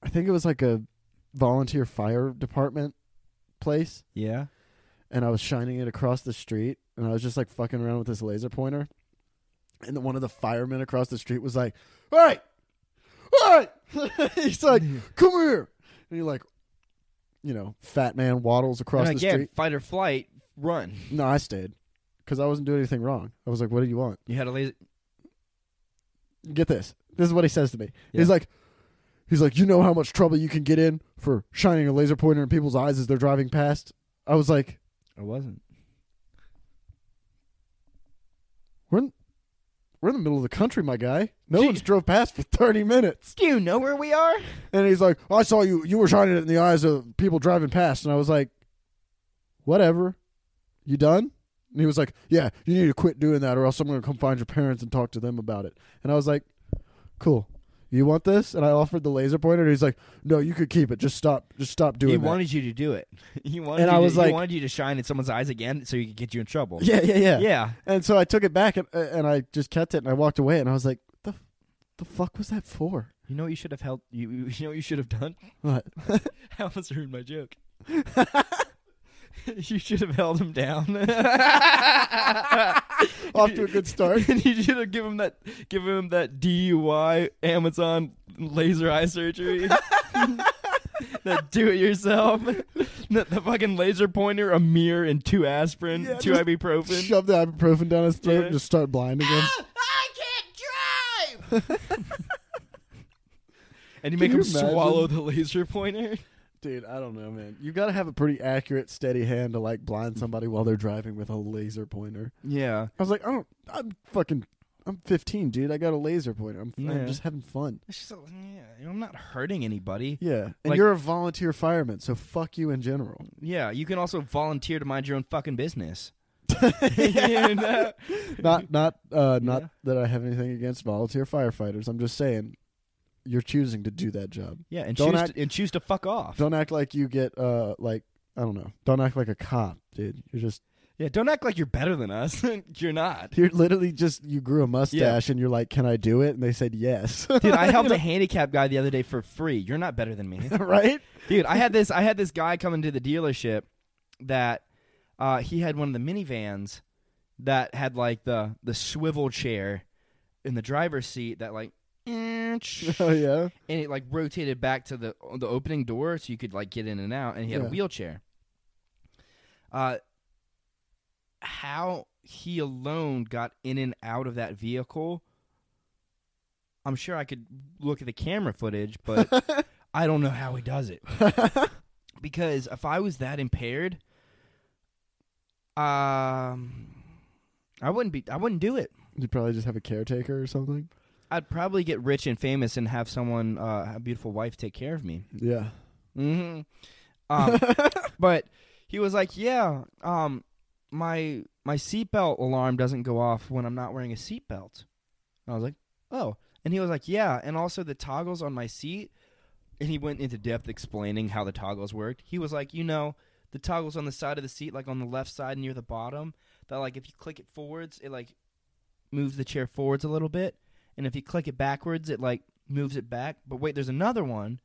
[SPEAKER 1] I think it was like a volunteer fire department place,
[SPEAKER 2] Yeah.
[SPEAKER 1] and I was shining it across the street, and I was just like fucking around with this laser pointer. And then one of the firemen across the street was like, "All right, all right," he's like, "Come here," and he like, you know, fat man waddles across
[SPEAKER 2] and
[SPEAKER 1] the
[SPEAKER 2] again,
[SPEAKER 1] street.
[SPEAKER 2] fight or flight, run.
[SPEAKER 1] No, I stayed because I wasn't doing anything wrong. I was like, "What do you want?"
[SPEAKER 2] You had a laser.
[SPEAKER 1] Get this. This is what he says to me.
[SPEAKER 2] Yeah.
[SPEAKER 1] He's like, he's like, you know how much trouble you can get in for shining a laser pointer in people's eyes as they're driving past. I was like,
[SPEAKER 2] I wasn't.
[SPEAKER 1] We're in, we're in the middle of the country, my guy. No
[SPEAKER 2] Gee.
[SPEAKER 1] one's drove past for 30 minutes.
[SPEAKER 2] Do you know where we are?
[SPEAKER 1] And he's like, "Oh, I saw you. You were shining it in the eyes of people driving past. And I was like, whatever. You done? And he was like, "Yeah, you need to quit doing that, or else I'm gonna come find your parents and talk to them about it." And I was like, "Cool, you want this?" And I offered the laser pointer, and he's like, "No, you could keep it. Just stop. Just stop doing
[SPEAKER 2] He
[SPEAKER 1] that."
[SPEAKER 2] wanted you to do it. He wanted.
[SPEAKER 1] And
[SPEAKER 2] you
[SPEAKER 1] I
[SPEAKER 2] to-
[SPEAKER 1] was
[SPEAKER 2] he
[SPEAKER 1] like-
[SPEAKER 2] wanted you to shine in someone's eyes again, so he could get you in trouble.
[SPEAKER 1] yeah, yeah, yeah,
[SPEAKER 2] yeah.
[SPEAKER 1] And so I took it back, and, and I just kept it, and I walked away, and I was like, "The, the fuck was that for?"
[SPEAKER 2] You know what you should have held. You, you you know what you should have done.
[SPEAKER 1] What?
[SPEAKER 2] I almost ruined my joke. you should have held him down.
[SPEAKER 1] Off to a good start.
[SPEAKER 2] and you should have given him that give him that DUI Amazon laser eye surgery. that do it yourself. that the fucking laser pointer, a mirror, and two aspirin,
[SPEAKER 1] Yeah,
[SPEAKER 2] two
[SPEAKER 1] just
[SPEAKER 2] ibuprofen.
[SPEAKER 1] Shove the ibuprofen down his throat
[SPEAKER 2] Yeah.
[SPEAKER 1] and just start blind again.
[SPEAKER 3] I can't drive.
[SPEAKER 2] and you make
[SPEAKER 1] Can
[SPEAKER 2] him
[SPEAKER 1] you imagine?
[SPEAKER 2] swallow the laser pointer.
[SPEAKER 1] Dude, I don't know, man. You've got to have a pretty accurate, steady hand to like blind somebody while they're driving with a laser pointer.
[SPEAKER 2] Yeah.
[SPEAKER 1] I was like, I don't. I'm fucking. I'm 15, dude. I got a laser pointer. I'm,
[SPEAKER 2] Yeah.
[SPEAKER 1] I'm just having fun.
[SPEAKER 2] It's just, yeah, I'm not hurting anybody.
[SPEAKER 1] Yeah, and
[SPEAKER 2] Like-
[SPEAKER 1] you're a volunteer fireman, so fuck you in general.
[SPEAKER 2] Yeah, you can also volunteer to mind your own fucking business. You know?
[SPEAKER 1] Not, not, uh, not
[SPEAKER 2] Yeah.
[SPEAKER 1] that I have anything against volunteer firefighters. I'm just saying, you're choosing to do that job.
[SPEAKER 2] Yeah, and
[SPEAKER 1] Don't
[SPEAKER 2] choose
[SPEAKER 1] act-
[SPEAKER 2] to, and choose to fuck off.
[SPEAKER 1] Don't act like you get, uh, like I don't know. Don't act like a cop, dude. You're just,
[SPEAKER 2] yeah, don't act like you're better than us. you're not.
[SPEAKER 1] you're literally just, you grew a mustache and you're like, can I do it? And they said yes,
[SPEAKER 2] Dude, I helped a handicapped guy the other day for free. You're not better than me.
[SPEAKER 1] right?
[SPEAKER 2] Dude, I had this I had this guy come into the dealership that uh, he had one of the minivans that had like the the swivel chair in the driver's seat that like
[SPEAKER 1] oh yeah,
[SPEAKER 2] and it like rotated back to the uh, the opening door so you could like get in and out and he had a
[SPEAKER 1] Yeah.
[SPEAKER 2] wheelchair uh how he alone got in and out of that vehicle i'm sure i could look at the camera footage but i don't know how he does it because if i was that impaired um i wouldn't be i wouldn't do it
[SPEAKER 1] you probably just have a caretaker or something.
[SPEAKER 2] i'd probably get rich and famous and have someone uh, a beautiful wife take care of me
[SPEAKER 1] Yeah.
[SPEAKER 2] hmm Um, but he was like, "Yeah, um, my my seatbelt alarm doesn't go off when I'm not wearing a seatbelt." And I was like, "Oh," and he was like, "Yeah," and also the toggles on my seat. And he went into depth explaining how the toggles worked. He was like, "You know, the toggles on the side of the seat, like on the left side near the bottom, that like if you click it forwards, it like moves the chair forwards a little bit, and if you click it backwards, it like moves it back. But wait, there's another one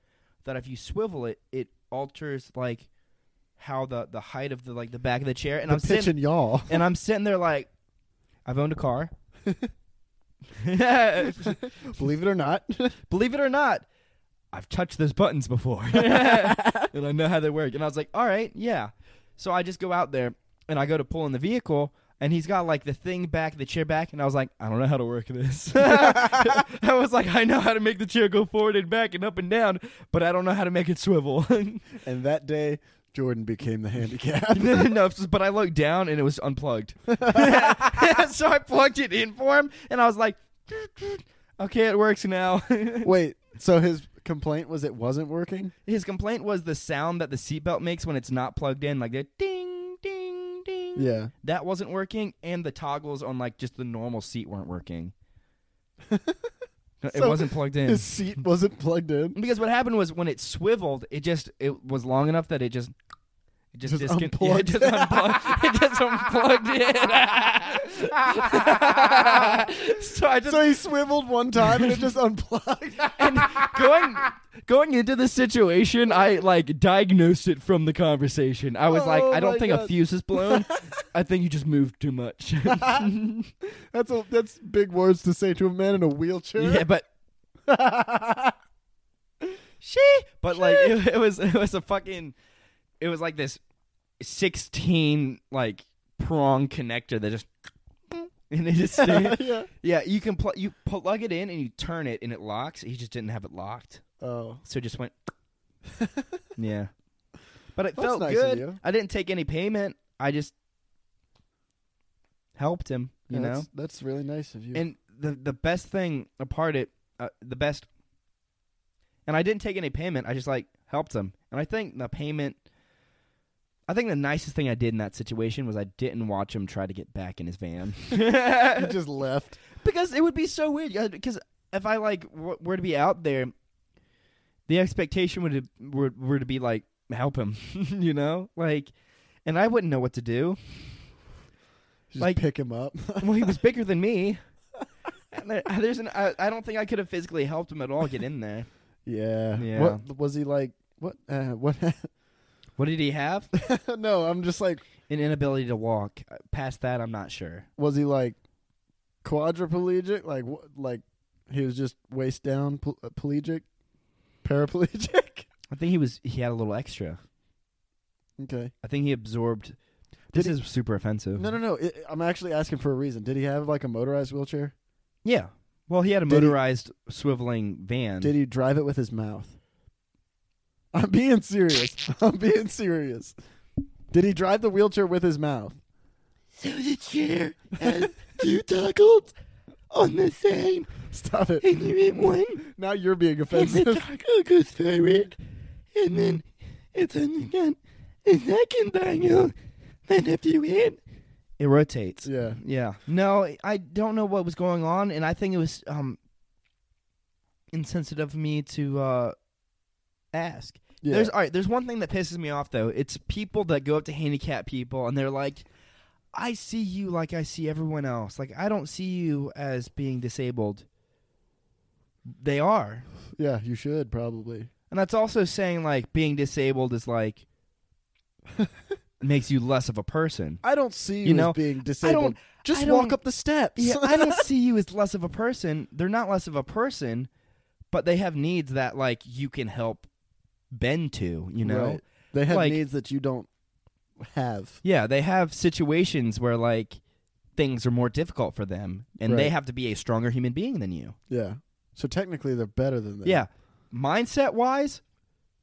[SPEAKER 2] that if you swivel it, it alters like how the the height of the like the back of the chair. And
[SPEAKER 1] the
[SPEAKER 2] I'm
[SPEAKER 1] pitch
[SPEAKER 2] sitting
[SPEAKER 1] and y'all.
[SPEAKER 2] and I'm sitting there like, I've owned a car. Believe
[SPEAKER 1] Believe it or not.
[SPEAKER 2] it or not, I've touched those buttons before, and I know how they work. And I was like, all right, yeah. So I just go out there and I go to pull in the vehicle. And he's got like the thing back, the chair back, and I was like, I don't know how to work this. I was like, I know how to make the chair go forward and back and up and down, but I don't know how to make it swivel.
[SPEAKER 1] and that day, Jordan became the handicap.
[SPEAKER 2] no, it's just- but I looked down and it was unplugged. so I plugged it in for him, and I was like, "Okay, it works now."
[SPEAKER 1] Wait, so his complaint was it wasn't working?
[SPEAKER 2] His complaint was the sound that the seatbelt makes when it's not plugged in, like the ding, ding, ding.
[SPEAKER 1] Yeah.
[SPEAKER 2] that wasn't working, and the toggles on like just the normal seat weren't working. it
[SPEAKER 1] So-
[SPEAKER 2] wasn't plugged in.
[SPEAKER 1] His seat wasn't plugged in.
[SPEAKER 2] Because what happened was when it swiveled, it just it was long enough that it just it just,
[SPEAKER 1] Just
[SPEAKER 2] discon-
[SPEAKER 1] unplugged.
[SPEAKER 2] Yeah, it just unplugged. it just unplugged in. so I just
[SPEAKER 1] So he swiveled one time and it just unplugged.
[SPEAKER 2] and going going into the situation, I like diagnosed it from the conversation. I was like,
[SPEAKER 1] Oh
[SPEAKER 2] I don't
[SPEAKER 1] my
[SPEAKER 2] think a
[SPEAKER 1] God.
[SPEAKER 2] fuse is blown. I think you just moved too much.
[SPEAKER 1] that's a, that's big words to say to a man in a wheelchair.
[SPEAKER 2] Yeah, but she. But like it, it was it was a fucking it was like this sixteen like prong connector that just and it just stayed.
[SPEAKER 1] yeah.
[SPEAKER 2] yeah you can plug you plug it in and you turn it and it locks. He just didn't have it locked,
[SPEAKER 1] Oh.
[SPEAKER 2] so it just went. yeah, but it
[SPEAKER 1] That's
[SPEAKER 2] felt
[SPEAKER 1] nice of
[SPEAKER 2] good.
[SPEAKER 1] you.
[SPEAKER 2] I didn't take any payment. I just helped him. You
[SPEAKER 1] Yeah,
[SPEAKER 2] know,
[SPEAKER 1] that's, that's really nice of you.
[SPEAKER 2] and the the best thing apart it uh, the best and I didn't take any payment. I just like helped him. And I think the payment I think the nicest thing I did in that situation was I didn't watch him try to get back in his van.
[SPEAKER 1] You just left.
[SPEAKER 2] because it would be so weird. Because if I like w- were to be out there, the expectation would were, were to be like help him, you know, like, and I wouldn't know what to do.
[SPEAKER 1] You Just
[SPEAKER 2] Like-
[SPEAKER 1] pick him up.
[SPEAKER 2] Well, he was bigger than me. And there- uh, There's an I, I don't think I could have physically helped him at all get in there.
[SPEAKER 1] yeah.
[SPEAKER 2] Yeah.
[SPEAKER 1] What was he like? What? Uh, what?
[SPEAKER 2] What did he have?
[SPEAKER 1] no, I'm just like,
[SPEAKER 2] An inability to walk. Uh, Past that, I'm not sure.
[SPEAKER 1] was he like quadriplegic? Like, what? Like he was just waist down, pl- uh, plegic, paraplegic.
[SPEAKER 2] I think he was he had a little extra.
[SPEAKER 1] okay.
[SPEAKER 2] I think he absorbed. This
[SPEAKER 1] he-
[SPEAKER 2] is super offensive.
[SPEAKER 1] No, no, no. I I'm actually asking for a reason. Did he have like a motorized wheelchair?
[SPEAKER 2] Yeah. Well, he had a
[SPEAKER 1] Did he-
[SPEAKER 2] motorized swiveling van.
[SPEAKER 1] Did he drive it with his mouth? I'm being serious. I'm being serious. Did he drive the wheelchair with his mouth?
[SPEAKER 2] So the chair has two tackled on the same,
[SPEAKER 1] Stop it.
[SPEAKER 2] and you hit one,
[SPEAKER 1] Now you're being
[SPEAKER 2] and the
[SPEAKER 1] offensive.
[SPEAKER 2] tackle goes forward, and then it's on again. The second diagonal, then if you hit, it rotates.
[SPEAKER 1] yeah.
[SPEAKER 2] Yeah. No, I don't know what was going on, and I think it was um insensitive of me to uh ask.
[SPEAKER 1] Yeah.
[SPEAKER 2] There's all right. There's one thing that pisses me off though. It's people that go up to handicapped people and they're like, "I see you like I see everyone else. Like I don't see you as being disabled." They are,
[SPEAKER 1] yeah, you should probably.
[SPEAKER 2] and that's also saying like being disabled is like makes you less of a person.
[SPEAKER 1] I don't see you,
[SPEAKER 2] You know,
[SPEAKER 1] as being
[SPEAKER 2] I
[SPEAKER 1] disabled.
[SPEAKER 2] don't.
[SPEAKER 1] Just
[SPEAKER 2] I
[SPEAKER 1] walk
[SPEAKER 2] don't-
[SPEAKER 1] up the steps.
[SPEAKER 2] Yeah, I don't see you as less of a person. They're not less of a person, but they have needs that like you can help bend to. You know.
[SPEAKER 1] Right. They have
[SPEAKER 2] like-
[SPEAKER 1] needs that you don't have.
[SPEAKER 2] Yeah, they have situations where like things are more difficult for them and they
[SPEAKER 1] Right.
[SPEAKER 2] have to be a stronger human being than you.
[SPEAKER 1] Yeah. So technically they're better than that.
[SPEAKER 2] Yeah. Mindset wise,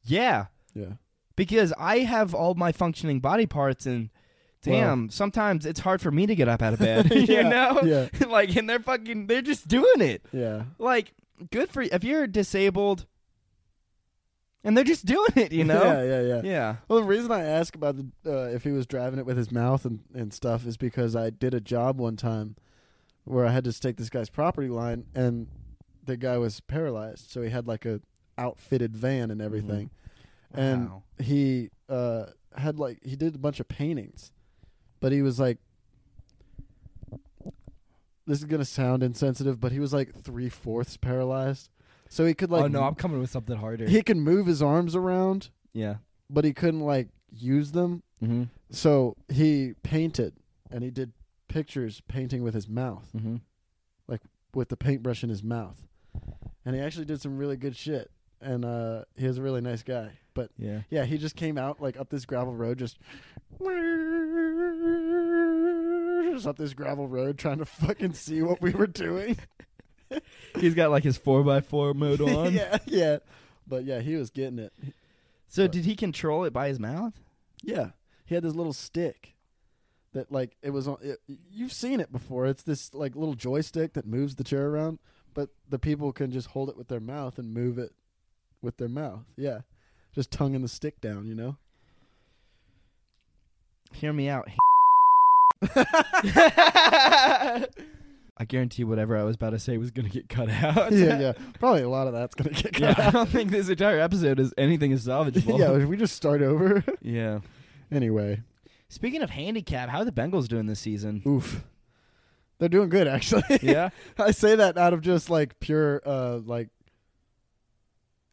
[SPEAKER 2] yeah,
[SPEAKER 1] Yeah.
[SPEAKER 2] because I have all my functioning body parts and damn, sometimes it's hard for me to get up out of bed, you
[SPEAKER 1] Yeah,
[SPEAKER 2] know?
[SPEAKER 1] yeah.
[SPEAKER 2] like and they're fucking they're just doing it.
[SPEAKER 1] Yeah.
[SPEAKER 2] Like good for if you're disabled and they're just doing it, you know?
[SPEAKER 1] Yeah, yeah, yeah.
[SPEAKER 2] Yeah.
[SPEAKER 1] Well, the reason I ask about the, uh, if he was driving it with his mouth and, and stuff is because I did a job one time where I had to stake this guy's property line, and the guy was paralyzed, so he had like a outfitted van and everything, and
[SPEAKER 2] Wow.
[SPEAKER 1] he uh, had like he did a bunch of paintings, but he was like, this is gonna sound insensitive, but he was like three fourths paralyzed, so he could like
[SPEAKER 4] oh no, I'm coming with something harder.
[SPEAKER 1] he could move his arms around,
[SPEAKER 2] Yeah.
[SPEAKER 1] but he couldn't like use them.
[SPEAKER 2] Mhm.
[SPEAKER 1] So he painted and he did pictures painting with his mouth,
[SPEAKER 2] Mhm.
[SPEAKER 1] with the paintbrush in his mouth. And he actually did some really good shit. And uh, he was a really nice guy. But
[SPEAKER 2] Yeah.
[SPEAKER 1] yeah, he just came out like up this gravel road, just, just up this gravel road trying to fucking see what we were doing.
[SPEAKER 2] He's got like his four by four mode on.
[SPEAKER 1] yeah, yeah. But yeah, he was getting it.
[SPEAKER 2] So
[SPEAKER 1] But-
[SPEAKER 2] did he control it by his mouth?
[SPEAKER 1] Yeah, he had this little stick that like it was on. It, you've seen it before. It's this like little joystick that moves the chair around, but the people can just hold it with their mouth and move it with their mouth. Yeah, just tonguing the stick down. You know.
[SPEAKER 2] Hear me out. I guarantee whatever I was about to say was going to get cut out.
[SPEAKER 1] yeah, yeah. Probably a lot of that's gonna get
[SPEAKER 2] Yeah,
[SPEAKER 1] cut
[SPEAKER 2] I
[SPEAKER 1] out.
[SPEAKER 2] don't think this entire episode is anything is salvageable.
[SPEAKER 1] yeah, if we just start over.
[SPEAKER 2] yeah.
[SPEAKER 1] anyway,
[SPEAKER 2] Speaking of handicap, how are the Bengals doing this season?
[SPEAKER 1] oof. They're doing good actually.
[SPEAKER 2] yeah.
[SPEAKER 1] I say that out of just like pure uh like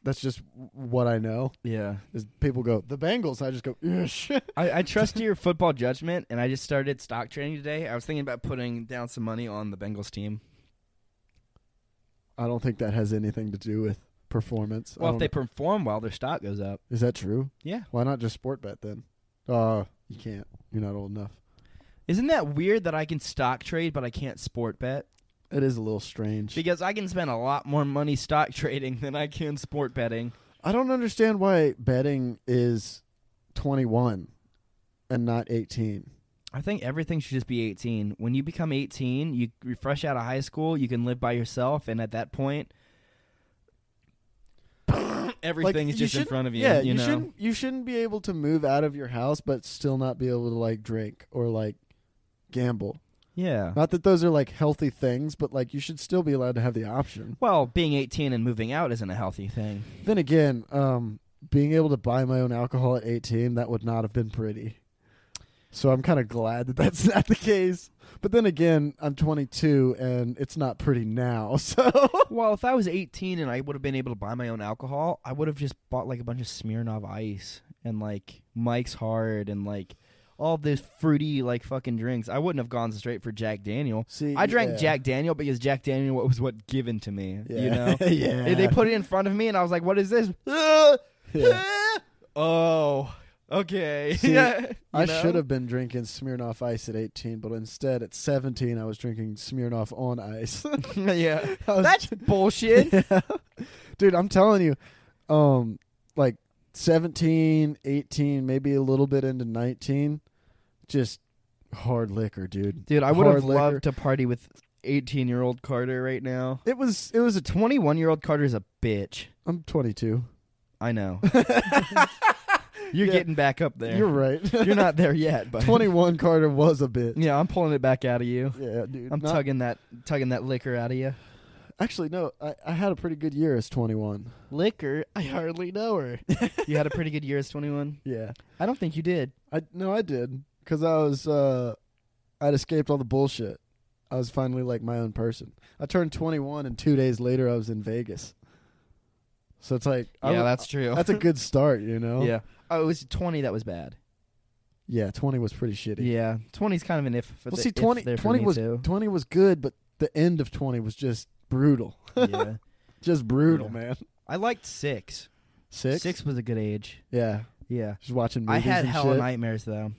[SPEAKER 1] that's just what I know.
[SPEAKER 2] Yeah.
[SPEAKER 1] is people go the Bengals. I just go Ish.
[SPEAKER 2] I, I trust your football judgment, and I just started stock trading today. I was thinking about putting down some money on the Bengals team.
[SPEAKER 1] I don't think that has anything to do with performance. I
[SPEAKER 2] Well, if
[SPEAKER 1] don't
[SPEAKER 2] they perform well, their stock goes up.
[SPEAKER 1] know. is that true?
[SPEAKER 2] Yeah.
[SPEAKER 1] Why not just sport bet then? Uh you can't. You're not old enough.
[SPEAKER 2] Isn't that weird that I can stock trade, but I can't sport bet?
[SPEAKER 1] It is a little strange.
[SPEAKER 2] Because I can spend a lot more money stock trading than I can sport betting.
[SPEAKER 1] I don't understand why betting is 21 and not 18.
[SPEAKER 2] I think everything should just be 18. When you become 18, you you're fresh out of high school, you can live by yourself, and at that point, everything
[SPEAKER 1] like,
[SPEAKER 2] is just in
[SPEAKER 1] shouldn't-
[SPEAKER 2] front of you.
[SPEAKER 1] Yeah,
[SPEAKER 2] you, know?
[SPEAKER 1] shouldn't you shouldn't be able to move out of your house but still not be able to like drink or like gamble.
[SPEAKER 2] Yeah.
[SPEAKER 1] Not that those are like healthy things, but like you should still be allowed to have the option.
[SPEAKER 2] Well, being 18 and moving out isn't a healthy thing.
[SPEAKER 1] Then again, um being able to buy my own alcohol at 18 that would not have been pretty. So I'm kind of glad that that's not the case. But then again, I'm 22 and it's not pretty now. So
[SPEAKER 2] Well, if I was 18 and I would have been able to buy my own alcohol, I would have just bought like a bunch of Smirnoff Ice and like Mike's Hard and like all this fruity like fucking drinks. I wouldn't have gone straight for Jack Daniel.
[SPEAKER 1] See,
[SPEAKER 2] I drank
[SPEAKER 1] yeah.
[SPEAKER 2] Jack Daniel because Jack Daniel was what given to me.
[SPEAKER 1] Yeah.
[SPEAKER 2] You know,
[SPEAKER 1] yeah.
[SPEAKER 2] They- they put it in front of me and I was like, "What is this?"
[SPEAKER 1] Yeah.
[SPEAKER 2] oh, okay.
[SPEAKER 1] See,
[SPEAKER 2] yeah, you
[SPEAKER 1] I
[SPEAKER 2] know?
[SPEAKER 1] should have been drinking Smirnoff Ice at 18, but instead at 17 I was drinking Smirnoff on ice.
[SPEAKER 2] yeah,
[SPEAKER 1] I was-
[SPEAKER 2] that's bullshit.
[SPEAKER 1] Yeah. Dude, I'm telling you, um like 17, 18, maybe a little bit into 19, just hard liquor, dude.
[SPEAKER 2] Dude, I would have
[SPEAKER 1] Hard liquor.
[SPEAKER 2] loved to party with 18 year old Carter right now.
[SPEAKER 1] It was it was a
[SPEAKER 2] 21 year old Carter is a bitch.
[SPEAKER 1] I'm 22.
[SPEAKER 2] I know. You're
[SPEAKER 1] Yeah.
[SPEAKER 2] getting back up there.
[SPEAKER 1] You're right.
[SPEAKER 2] You're not there yet, but
[SPEAKER 1] 21 Carter was a bit.
[SPEAKER 2] Yeah, I'm pulling it back out of you.
[SPEAKER 1] Yeah, dude.
[SPEAKER 2] I'm
[SPEAKER 1] Not-
[SPEAKER 2] tugging that tugging that liquor out of you.
[SPEAKER 1] Actually, no. I, I had a pretty good year as 21.
[SPEAKER 2] Liquor? I hardly know her. you had a pretty good year as 21.
[SPEAKER 1] Yeah.
[SPEAKER 2] I don't think you did.
[SPEAKER 1] I no, I did because I was uh, I'd escaped all the bullshit. I was finally like my own person. I turned 21, and two days later, I was in Vegas. So it's like, I w-
[SPEAKER 2] true.
[SPEAKER 1] that's a good start, you know.
[SPEAKER 2] Yeah. Oh, it was 20 that was bad.
[SPEAKER 1] yeah. 20 was pretty shitty.
[SPEAKER 2] Yeah. 20's kind of an if.
[SPEAKER 1] Well, see, 20, 20 was 20 was good, but the end of 20 was just brutal,
[SPEAKER 2] yeah.
[SPEAKER 1] just brutal,
[SPEAKER 2] Yeah.
[SPEAKER 1] man.
[SPEAKER 2] I liked 6.
[SPEAKER 1] Six,
[SPEAKER 2] was a good age.
[SPEAKER 1] yeah.
[SPEAKER 2] Yeah.
[SPEAKER 1] Just watching
[SPEAKER 2] I
[SPEAKER 1] movies.
[SPEAKER 2] had
[SPEAKER 1] and
[SPEAKER 2] hella
[SPEAKER 1] shit.
[SPEAKER 2] nightmares though.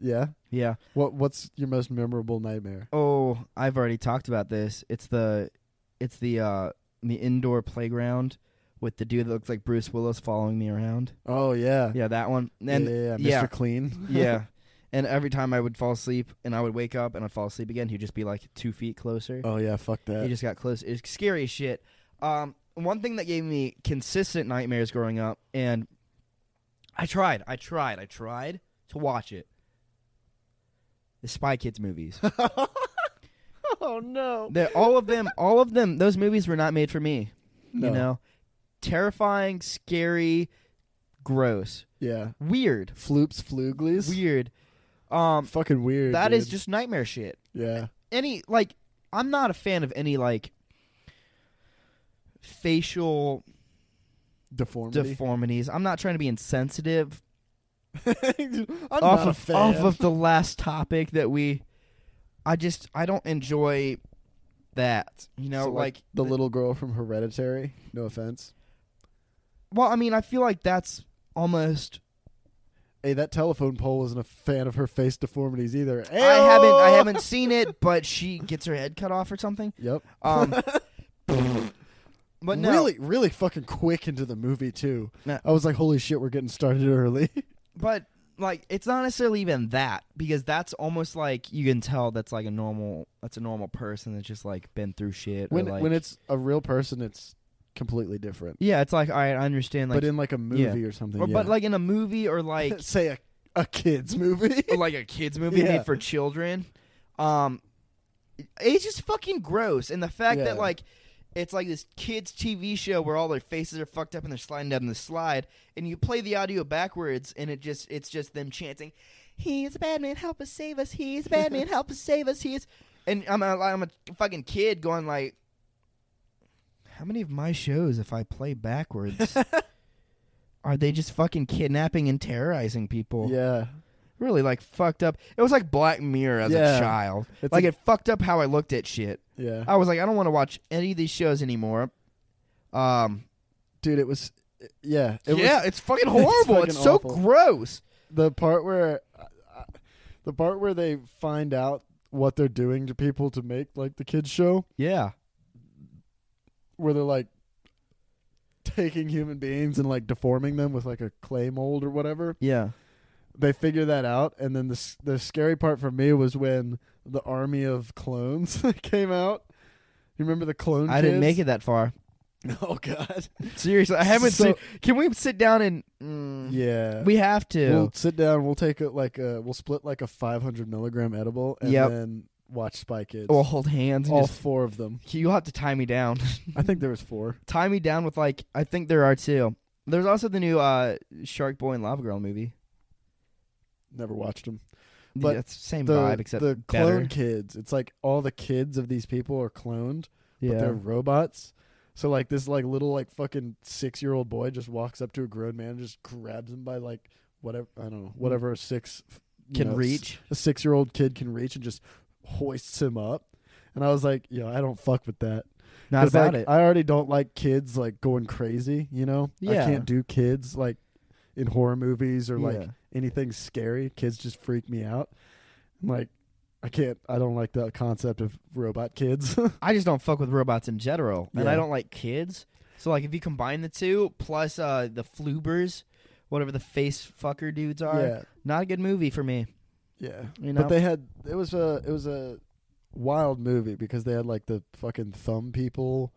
[SPEAKER 1] Yeah.
[SPEAKER 2] Yeah.
[SPEAKER 1] What What's your most memorable nightmare?
[SPEAKER 2] Oh, I've already talked about this. It's the it's the uh the indoor playground with the dude that looks like Bruce Willis following me around.
[SPEAKER 1] Oh yeah.
[SPEAKER 2] Yeah, that one.
[SPEAKER 1] Yeah,
[SPEAKER 2] And
[SPEAKER 1] yeah, yeah,
[SPEAKER 2] yeah.
[SPEAKER 1] Mr. Clean.
[SPEAKER 2] yeah. And every time I would fall asleep and I would wake up and I'd fall asleep again, he'd just be like two feet closer.
[SPEAKER 1] oh yeah. Fuck that.
[SPEAKER 2] He just got close. It's scary as shit. Um, one thing that gave me consistent nightmares growing up, and I tried, I tried, I tried to watch it. The Spy Kids movies.
[SPEAKER 1] oh no.
[SPEAKER 2] They're, all of them, all of them, those movies were not made for me. You know, terrifying, scary, gross,
[SPEAKER 1] Yeah.
[SPEAKER 2] weird,
[SPEAKER 1] Floops, fluglies.
[SPEAKER 2] weird. Um,
[SPEAKER 1] Fucking weird.
[SPEAKER 2] that is
[SPEAKER 1] dude.
[SPEAKER 2] just nightmare shit.
[SPEAKER 1] Yeah.
[SPEAKER 2] any like I'm not a fan of any like facial
[SPEAKER 1] Deformity.
[SPEAKER 2] deformities. I'm not trying to be insensitive
[SPEAKER 1] I'm
[SPEAKER 2] off
[SPEAKER 1] not
[SPEAKER 2] of
[SPEAKER 1] a fan.
[SPEAKER 2] off of the last topic that we I just I don't enjoy that. You know,
[SPEAKER 1] So,
[SPEAKER 2] like,
[SPEAKER 1] the little girl from Hereditary. No offense.
[SPEAKER 2] well, I mean, I feel like that's almost
[SPEAKER 1] Hey, that telephone pole wasn't a fan of her face deformities either.
[SPEAKER 2] I haven't I
[SPEAKER 1] Ayo!
[SPEAKER 2] haven't seen it, but she gets her head cut off or something.
[SPEAKER 1] Yep.
[SPEAKER 2] Um But no,
[SPEAKER 1] really, really fucking quick into the movie too.
[SPEAKER 2] No.
[SPEAKER 1] I was like, "Holy shit, we're getting started early."
[SPEAKER 2] but like it's not necessarily even that because that's almost like you can tell that's like a normal that's a normal person that's just like been through shit. or,
[SPEAKER 1] when
[SPEAKER 2] like-
[SPEAKER 1] when it's a real person, it's completely different.
[SPEAKER 2] yeah, it's like all right, I understand like,
[SPEAKER 1] but in like a movie
[SPEAKER 2] yeah.
[SPEAKER 1] or something.
[SPEAKER 2] or-
[SPEAKER 1] yeah.
[SPEAKER 2] but like in a movie or like
[SPEAKER 1] say a a kids movie.
[SPEAKER 2] or like a kids movie
[SPEAKER 1] Yeah.
[SPEAKER 2] made for children, um, it's just fucking gross. And the fact that
[SPEAKER 1] Yeah.
[SPEAKER 2] like it's like this kids TV show where all their faces are fucked up and they're sliding down the slide, and you play the audio backwards, and it just it's just them chanting, "He's a bad man, help us save us. He's a bad man, help us save us. He's," and I'm a, I'm a fucking kid going like. How many of my shows, if I play backwards, are they just fucking kidnapping and terrorizing people?
[SPEAKER 1] yeah.
[SPEAKER 2] really like fucked up. It was like Black Mirror as a
[SPEAKER 1] Yeah.
[SPEAKER 2] child.
[SPEAKER 1] It's
[SPEAKER 2] like
[SPEAKER 1] a-
[SPEAKER 2] it fucked up how I looked at shit.
[SPEAKER 1] Yeah.
[SPEAKER 2] I was like, I don't want to watch any of these shows anymore. Um,
[SPEAKER 1] Dude, it was yeah, it
[SPEAKER 2] yeah,
[SPEAKER 1] was
[SPEAKER 2] it's fucking horrible.
[SPEAKER 1] fucking
[SPEAKER 2] It's, so
[SPEAKER 1] awful.
[SPEAKER 2] gross.
[SPEAKER 1] the part where the part where they find out what they're doing to people to make like the kids show
[SPEAKER 2] Yeah,
[SPEAKER 1] where they're like taking human beings and like deforming them with like a clay mold or whatever.
[SPEAKER 2] yeah,
[SPEAKER 1] They figure that out and then the s- the scary part for me was when the army of clones came out. You remember the clone
[SPEAKER 2] I didn't
[SPEAKER 1] kids?
[SPEAKER 2] make it that far.
[SPEAKER 1] Oh God.
[SPEAKER 2] Seriously, I haven't
[SPEAKER 1] So-
[SPEAKER 2] seen. Can we sit down and? Mm,
[SPEAKER 1] Yeah.
[SPEAKER 2] we have to.
[SPEAKER 1] We'll sit down. We'll take a, like a. We'll split like a 500 milligram edible, and
[SPEAKER 2] Yep.
[SPEAKER 1] then watch Spy Kids.
[SPEAKER 2] We'll hold hands. And
[SPEAKER 1] All
[SPEAKER 2] just,
[SPEAKER 1] four of them.
[SPEAKER 2] you'll have to tie me down.
[SPEAKER 1] I think there was four.
[SPEAKER 2] tie me down with like I think there are two. There's also the new uh, Shark Boy and Lava Girl movie.
[SPEAKER 1] Never watched them.
[SPEAKER 2] But
[SPEAKER 1] But
[SPEAKER 2] yeah, it's the same
[SPEAKER 1] the,
[SPEAKER 2] vibe except
[SPEAKER 1] the
[SPEAKER 2] better.
[SPEAKER 1] clone kids. It's like all the kids of these people are cloned, but
[SPEAKER 2] yeah.
[SPEAKER 1] they're robots. So like this like little like fucking six year old boy just walks up to a grown man and just grabs him by like whatever I don't know whatever a six you
[SPEAKER 2] Mm. Can
[SPEAKER 1] know, s-
[SPEAKER 2] reach.
[SPEAKER 1] a six year old kid can reach and just hoists him up. And I was like, yo, I don't fuck with that.
[SPEAKER 2] Not
[SPEAKER 1] 'Cause,
[SPEAKER 2] about
[SPEAKER 1] like,
[SPEAKER 2] it.
[SPEAKER 1] I already don't like kids like going crazy. You know,
[SPEAKER 2] Yeah.
[SPEAKER 1] I can't do kids like in horror movies or like
[SPEAKER 2] Yeah.
[SPEAKER 1] anything scary. Kids just freak me out. I'm like, I can't. I don't like the concept of robot kids.
[SPEAKER 2] I just don't fuck with robots in general, and I
[SPEAKER 1] Yeah.
[SPEAKER 2] don't like kids. So like, if you combine the two plus uh, the Flubers, whatever the face fucker dudes are,
[SPEAKER 1] yeah,
[SPEAKER 2] not a good movie for me.
[SPEAKER 1] yeah.
[SPEAKER 2] You know,
[SPEAKER 1] But they had it was a it was a wild movie because they had like the fucking thumb people,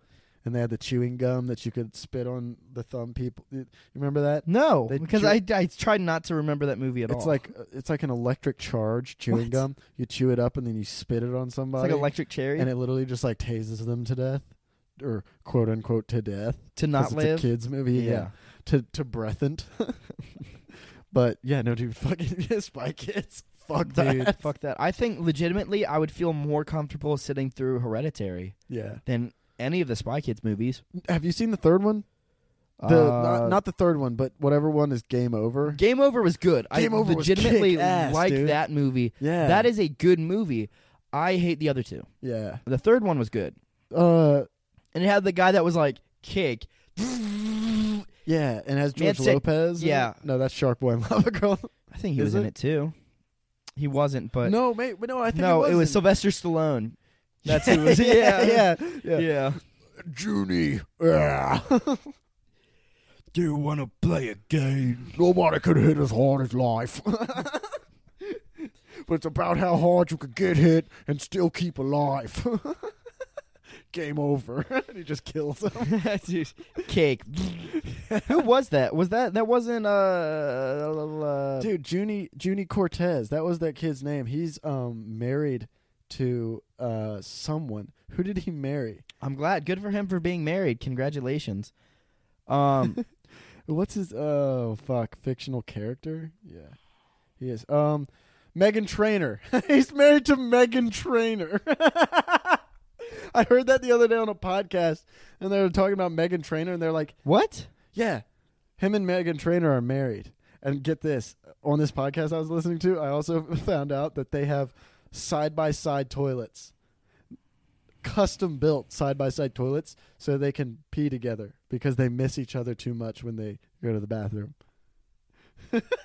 [SPEAKER 1] and they had the chewing gum that you could spit on the thumb people. You remember that?
[SPEAKER 2] no,
[SPEAKER 1] they
[SPEAKER 2] because
[SPEAKER 1] ju-
[SPEAKER 2] I, I tried not to remember that movie at all.
[SPEAKER 1] It's like uh, it's like an electric charge chewing
[SPEAKER 2] What?
[SPEAKER 1] gum. You chew it up and then you spit it on
[SPEAKER 2] it's
[SPEAKER 1] somebody.
[SPEAKER 2] like Electric Cherry
[SPEAKER 1] and it literally just like tases them to death, or quote unquote to death.
[SPEAKER 2] to
[SPEAKER 1] 'cause
[SPEAKER 2] not
[SPEAKER 1] it's
[SPEAKER 2] live.
[SPEAKER 1] a kids movie. Yeah, to to breathened. but yeah, no, dude, fucking Spy Kids. Fuck
[SPEAKER 2] Dude,
[SPEAKER 1] that.
[SPEAKER 2] fuck that. I think legitimately, I would feel more comfortable sitting through Hereditary
[SPEAKER 1] Yeah.
[SPEAKER 2] than any of the Spy Kids movies.
[SPEAKER 1] Have you seen the third one? The
[SPEAKER 2] Uh,
[SPEAKER 1] not, not the third one, but whatever one is Game Over.
[SPEAKER 2] Game Over was good.
[SPEAKER 1] Game
[SPEAKER 2] I
[SPEAKER 1] Over was
[SPEAKER 2] legitimately
[SPEAKER 1] kick-ass,
[SPEAKER 2] like
[SPEAKER 1] dude.
[SPEAKER 2] that movie.
[SPEAKER 1] yeah,
[SPEAKER 2] That is a good movie. I hate the other two.
[SPEAKER 1] yeah.
[SPEAKER 2] The third one was good,
[SPEAKER 1] Uh,
[SPEAKER 2] and it had the guy that was like kick.
[SPEAKER 1] yeah, and has
[SPEAKER 2] Man,
[SPEAKER 1] George
[SPEAKER 2] sick-
[SPEAKER 1] Lopez. in it?
[SPEAKER 2] yeah.
[SPEAKER 1] no, that's Shark Boy and Lava Girl.
[SPEAKER 2] I think he
[SPEAKER 1] Is
[SPEAKER 2] was in
[SPEAKER 1] it?
[SPEAKER 2] it too. He wasn't, but
[SPEAKER 1] no, mate, but no, I think
[SPEAKER 2] no,
[SPEAKER 1] it,
[SPEAKER 2] it was
[SPEAKER 1] wasn't.
[SPEAKER 2] Sylvester Stallone. That's who it was. yeah,
[SPEAKER 1] yeah,
[SPEAKER 2] yeah.
[SPEAKER 1] yeah. Junie.
[SPEAKER 2] Do you want to play a game?
[SPEAKER 1] Nobody could hit as hard as life. but it's about how hard you could get hit and still keep alive. Game over. and he just kills him.
[SPEAKER 2] Dude, cake. Who was that? Was that that wasn't uh, uh
[SPEAKER 1] Dude, Junie Junie Cortez, that was that kid's name. He's um married to uh someone. Who did he marry?
[SPEAKER 2] I'm glad. Good for him for being married. Congratulations. Um
[SPEAKER 1] What's his oh fuck fictional character? Yeah, he is. Um, Megan Trainer. He's married to Megan Trainer. I heard that the other day on a podcast, and they were talking about Megan Trainer, and they're like,
[SPEAKER 2] what?
[SPEAKER 1] "Yeah, him and Megan Trainer are married." And get this, on this podcast I was listening to, I also found out that they have side by side toilets, custom built side by side toilets, so they can pee together because they miss each other too much when they go to the bathroom.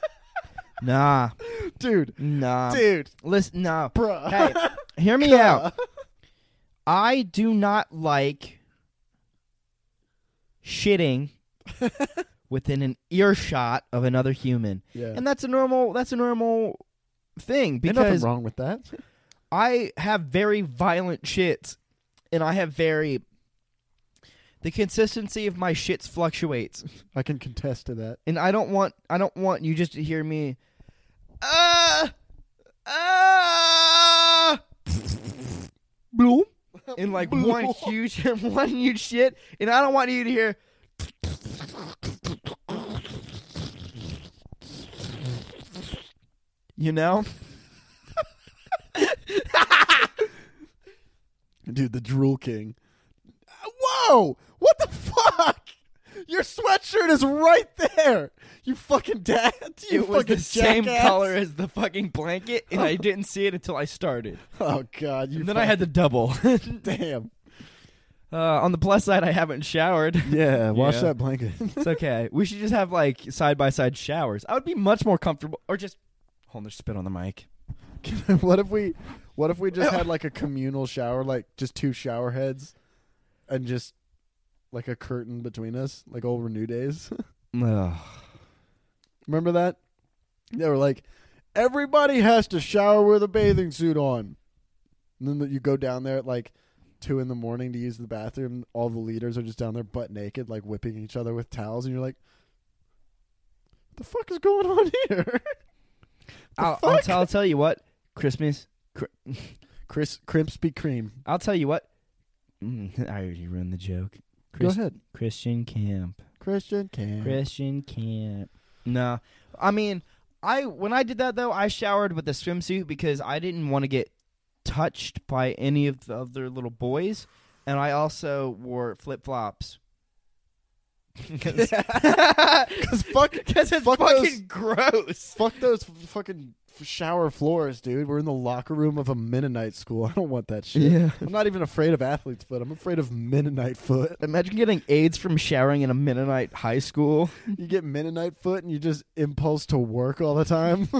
[SPEAKER 2] Nah.
[SPEAKER 1] Dude,
[SPEAKER 2] Nah.
[SPEAKER 1] dude,
[SPEAKER 2] Listen, no.
[SPEAKER 1] bruh.
[SPEAKER 2] Um, Hey, hear me out. I do not like shitting within an earshot of another human.
[SPEAKER 1] yeah.
[SPEAKER 2] And that's a normal that's a normal thing
[SPEAKER 1] Ain't nothing
[SPEAKER 2] because
[SPEAKER 1] wrong with that.
[SPEAKER 2] I have very violent shits, and I have very. The consistency of my shits fluctuates,
[SPEAKER 1] I can contest to that.
[SPEAKER 2] and I don't want I don't want you just to hear me. Ah, ah, bloom, in like one huge one huge shit, and I don't want you to hear. You know,
[SPEAKER 1] Dude, the drool king. Whoa! What the fuck? Your sweatshirt is right there. You fucking dad. You
[SPEAKER 2] it was
[SPEAKER 1] fucking
[SPEAKER 2] the same
[SPEAKER 1] jackass.
[SPEAKER 2] color as the fucking blanket, and I didn't see it until I started.
[SPEAKER 1] Oh god. You
[SPEAKER 2] And then I had the double.
[SPEAKER 1] fucking- damn.
[SPEAKER 2] uh, on the plus side, I haven't showered.
[SPEAKER 1] Yeah. Wash
[SPEAKER 2] Yeah.
[SPEAKER 1] that blanket.
[SPEAKER 2] It's okay. We should just have like side by side showers. I would be much more comfortable. Or just hold on, there's spit on the mic.
[SPEAKER 1] what if we? What if we just had like a communal shower, like just two shower heads, and just like a curtain between us, like old renew days.
[SPEAKER 2] Ugh.
[SPEAKER 1] Remember that? They were like, everybody has to shower with a bathing suit on. And then you go down there at like two in the morning to use the bathroom, all the leaders are just down there butt naked, like whipping each other with towels, and you're like, "What the fuck is going on here?"
[SPEAKER 2] I'll, I'll,
[SPEAKER 1] fuck?
[SPEAKER 2] t- I'll tell you what. Christmas. Cr-
[SPEAKER 1] Chris Krispy Kreme.
[SPEAKER 2] I'll tell you what. Mm, I already ruined the joke.
[SPEAKER 1] Go
[SPEAKER 2] Chris-
[SPEAKER 1] ahead,
[SPEAKER 2] Christian Camp.
[SPEAKER 1] Christian Cam.
[SPEAKER 2] Christian Camp. No, I mean, I when I did that though, I showered with a swimsuit because I didn't want to get touched by any of the other little boys, and I also wore flip flops. Because
[SPEAKER 1] fuck-
[SPEAKER 2] it's
[SPEAKER 1] fuck
[SPEAKER 2] fucking
[SPEAKER 1] those-
[SPEAKER 2] gross.
[SPEAKER 1] Fuck those f- fucking f- shower floors, dude. We're in the locker room of a Mennonite school. I don't want that shit. I'm not even afraid of athlete's foot. I'm afraid of Mennonite foot.
[SPEAKER 2] Imagine getting AIDS from showering in a Mennonite high school.
[SPEAKER 1] You get Mennonite foot and you just impulse to work all the time.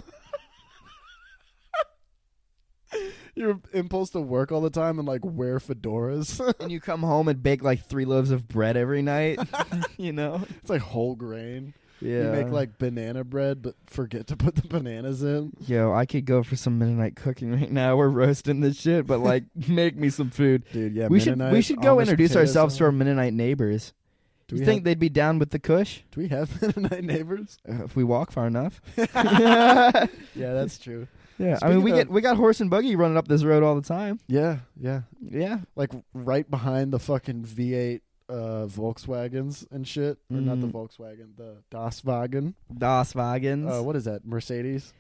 [SPEAKER 1] Your impulse to work all the time and like wear fedoras.
[SPEAKER 2] and you come home and bake like three loaves of bread every night. you know?
[SPEAKER 1] it's like whole grain.
[SPEAKER 2] Yeah.
[SPEAKER 1] You make like banana bread but forget to put the bananas in.
[SPEAKER 2] Yo, I could go for some Mennonite cooking right now. We're roasting this shit, but like, make me some food.
[SPEAKER 1] Dude, yeah,
[SPEAKER 2] we should we
[SPEAKER 1] Mennonite,
[SPEAKER 2] should go
[SPEAKER 1] Amish
[SPEAKER 2] introduce
[SPEAKER 1] potato
[SPEAKER 2] ourselves to our
[SPEAKER 1] salad.
[SPEAKER 2] Mennonite neighbors.
[SPEAKER 1] Do
[SPEAKER 2] you
[SPEAKER 1] we
[SPEAKER 2] think
[SPEAKER 1] have,
[SPEAKER 2] they'd be down with the Kush
[SPEAKER 1] do we have Mennonite neighbors?
[SPEAKER 2] uh, if we walk far enough?
[SPEAKER 1] yeah, that's true.
[SPEAKER 2] Yeah, I
[SPEAKER 1] Speaking
[SPEAKER 2] mean, we
[SPEAKER 1] of-
[SPEAKER 2] get we got horse and buggy running up this road all the time.
[SPEAKER 1] Yeah, yeah.
[SPEAKER 2] Yeah,
[SPEAKER 1] like right behind the fucking V8 uh, Volkswagens and shit, or not the
[SPEAKER 2] Mm.
[SPEAKER 1] Volkswagen, the Das Wagen.
[SPEAKER 2] Das
[SPEAKER 1] Uh,
[SPEAKER 2] Wagens.
[SPEAKER 1] what is that? Mercedes.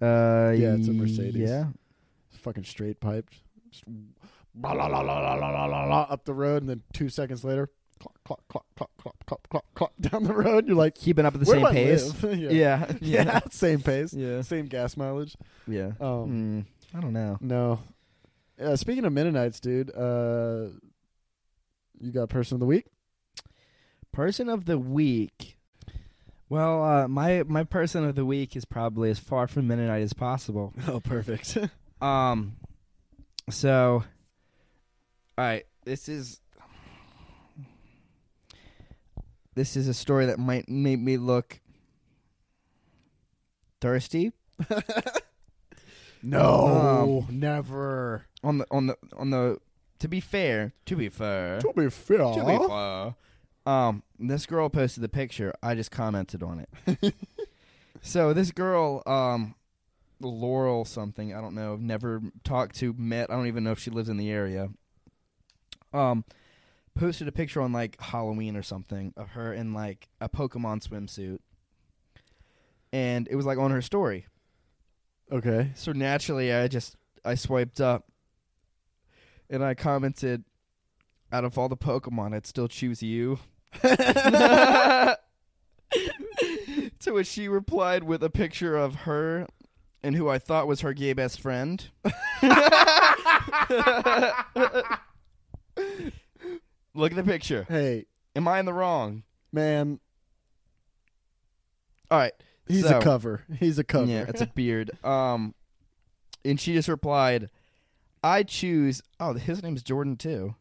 [SPEAKER 2] Uh,
[SPEAKER 1] yeah, it's a Mercedes.
[SPEAKER 2] Yeah,
[SPEAKER 1] Fucking straight piped. Just la la la la la la la la la up the road, and then two seconds later, clock clock clock clock clock clock clock clock down the road. You're like
[SPEAKER 2] keeping up at the
[SPEAKER 1] Where
[SPEAKER 2] same
[SPEAKER 1] do I
[SPEAKER 2] pace.
[SPEAKER 1] live? yeah.
[SPEAKER 2] Yeah,
[SPEAKER 1] Yeah, same pace,
[SPEAKER 2] yeah,
[SPEAKER 1] same gas mileage.
[SPEAKER 2] yeah.
[SPEAKER 1] Um,
[SPEAKER 2] Mm, I don't know.
[SPEAKER 1] No. Uh, speaking of Mennonites, dude, uh, you got person of the week.
[SPEAKER 2] Person of the week. Well, uh, my my person of the week is probably as far from Mennonite as possible.
[SPEAKER 1] Oh, perfect.
[SPEAKER 2] Um, so, all right, this is this is a story that might make me look thirsty
[SPEAKER 1] No, Um, never.
[SPEAKER 2] on the on the on the. To be fair, to be fair,
[SPEAKER 1] be fair,
[SPEAKER 2] to be fair. Um, this girl posted the picture. I just commented on it. so this girl, um, Laurel something, I don't know, never talked to, met. I don't even know if she lives in the area. Um, posted a picture on like Halloween or something of her in like a Pokemon swimsuit, and it was like on her story.
[SPEAKER 1] okay.
[SPEAKER 2] So naturally, I just I swiped up, and I commented, "Out of all the Pokemon, I'd still choose you." to which she replied with a picture of her and who I thought was her gay best friend. Look at the picture.
[SPEAKER 1] Hey,
[SPEAKER 2] Am I in the wrong?
[SPEAKER 1] man,
[SPEAKER 2] All right.
[SPEAKER 1] he's
[SPEAKER 2] so,
[SPEAKER 1] a cover. He's a cover.
[SPEAKER 2] Yeah, it's a beard. Um, and she just replied, "I choose." Oh, his name's Jordan too.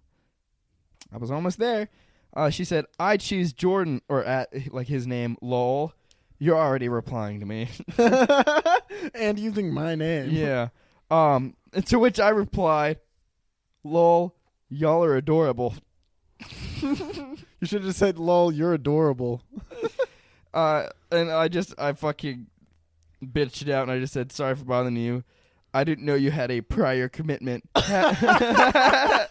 [SPEAKER 2] I was almost there. Uh, she said, "I choose Jordan," or at like his name, lol. You're already replying to me.
[SPEAKER 1] and using my name.
[SPEAKER 2] yeah. Um, and to which I replied, lol, y'all are adorable.
[SPEAKER 1] You should have just said, lol, you're adorable.
[SPEAKER 2] Uh, and I just I fucking bitched it out, and I just said, "Sorry for bothering you. I didn't know you had a prior commitment." I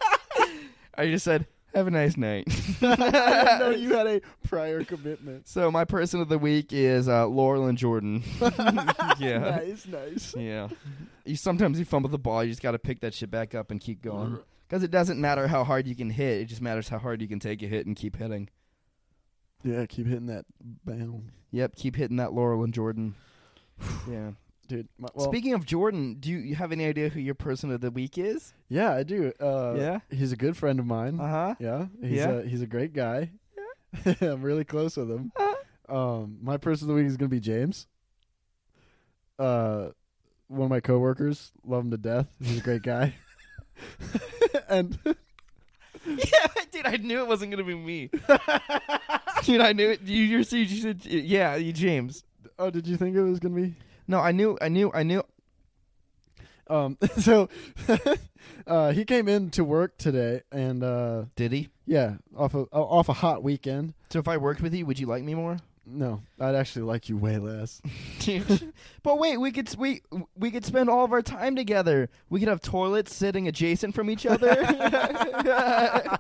[SPEAKER 2] just said, "Have a nice night."
[SPEAKER 1] I didn't know you had a prior commitment.
[SPEAKER 2] so my person of the week is uh, Laurel and Jordan. yeah,
[SPEAKER 1] Nice, nice.
[SPEAKER 2] yeah. You sometimes you fumble the ball. You just got to pick that shit back up and keep going. Because it doesn't matter how hard you can hit; it just matters how hard you can take a hit and keep hitting.
[SPEAKER 1] Yeah, keep hitting that bound.
[SPEAKER 2] Yep, keep hitting that Laurel and Jordan. yeah.
[SPEAKER 1] Dude, my, well,
[SPEAKER 2] Speaking of Jordan, do you, you have any idea who your person of the week is?
[SPEAKER 1] yeah, I do. Uh,
[SPEAKER 2] Yeah? Oh,
[SPEAKER 1] He's a good friend of mine.
[SPEAKER 2] huh.
[SPEAKER 1] Yeah, he's
[SPEAKER 2] Yeah?
[SPEAKER 1] A, he's a great guy. I'm really close with him. um, my person of the week is gonna be James. Uh, one of my coworkers, love him to death. He's a great guy. and
[SPEAKER 2] yeah, dude, I knew it wasn't gonna be me. dude, I knew it. You, you, said- you said, yeah, you James.
[SPEAKER 1] oh, did you think it was gonna be?
[SPEAKER 2] No, I knew, I knew, I knew.
[SPEAKER 1] Um, so uh, he came in to work today, and uh,
[SPEAKER 2] Did he?
[SPEAKER 1] yeah, off a off a hot weekend.
[SPEAKER 2] So if I worked with you, would you like me more?
[SPEAKER 1] No, I'd actually like you way less.
[SPEAKER 2] but wait, we could s- we we could spend all of our time together. We could have toilets sitting adjacent from each other.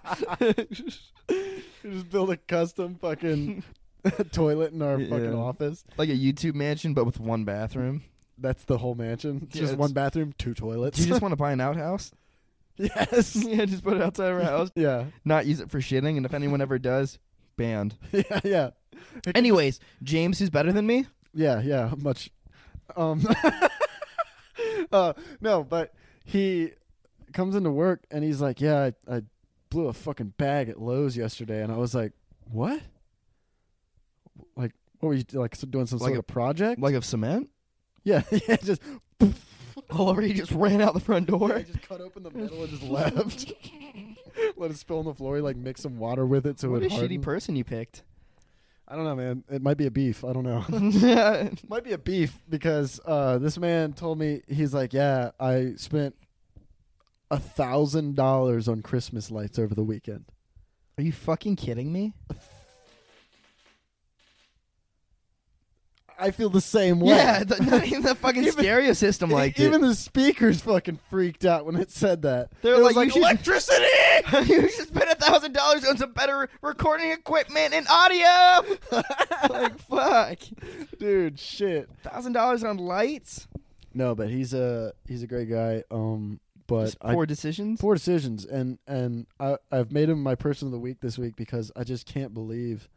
[SPEAKER 1] We just build a custom fucking toilet in our
[SPEAKER 2] Yeah.
[SPEAKER 1] fucking office.
[SPEAKER 2] like a YouTube mansion, but with one bathroom.
[SPEAKER 1] That's the whole mansion. It's
[SPEAKER 2] Yeah,
[SPEAKER 1] just
[SPEAKER 2] it's-
[SPEAKER 1] one bathroom, two toilets.
[SPEAKER 2] Do you just want to buy an outhouse?
[SPEAKER 1] yes.
[SPEAKER 2] yeah, just put it outside our house.
[SPEAKER 1] Yeah.
[SPEAKER 2] Not use it for shitting, and if anyone ever does, banned.
[SPEAKER 1] Yeah. Yeah.
[SPEAKER 2] Anyways, James, who's better than me?
[SPEAKER 1] Yeah, yeah, much. Um, uh, no, but he comes into work and he's like, "Yeah, I, I blew a fucking bag at Lowe's yesterday," and I was like, "What? Like, what were you like so doing some
[SPEAKER 2] Like
[SPEAKER 1] sort
[SPEAKER 2] a-
[SPEAKER 1] of project?
[SPEAKER 2] Like of cement?
[SPEAKER 1] yeah, yeah, just
[SPEAKER 2] Oh, already just ran out the front
[SPEAKER 1] yeah,
[SPEAKER 2] door.
[SPEAKER 1] just cut open the middle and just left. Let it spill on the floor. He, like mix some water with it so
[SPEAKER 2] what a
[SPEAKER 1] it hardened.
[SPEAKER 2] shitty person you picked.
[SPEAKER 1] I don't know, man. It might be a beef. I don't know. might be a beef because uh, this man told me he's like, yeah, I spent a thousand dollars on Christmas lights over the weekend.
[SPEAKER 2] Are you fucking kidding me?
[SPEAKER 1] I feel the same way.
[SPEAKER 2] Yeah, the, not even the fucking
[SPEAKER 1] Even-
[SPEAKER 2] stereo system like
[SPEAKER 1] even the speakers fucking freaked out when it said that.
[SPEAKER 2] They're
[SPEAKER 1] It was
[SPEAKER 2] like, "You should-
[SPEAKER 1] electricity.
[SPEAKER 2] you should spend a thousand dollars on some better recording equipment and audio. like fuck,
[SPEAKER 1] Dude, shit.
[SPEAKER 2] thousand dollars on lights.
[SPEAKER 1] No, but he's a he's a great guy. Um, but
[SPEAKER 2] Just
[SPEAKER 1] I
[SPEAKER 2] poor decisions.
[SPEAKER 1] poor decisions and and I, i've made him my person of the week this week because i just can't believe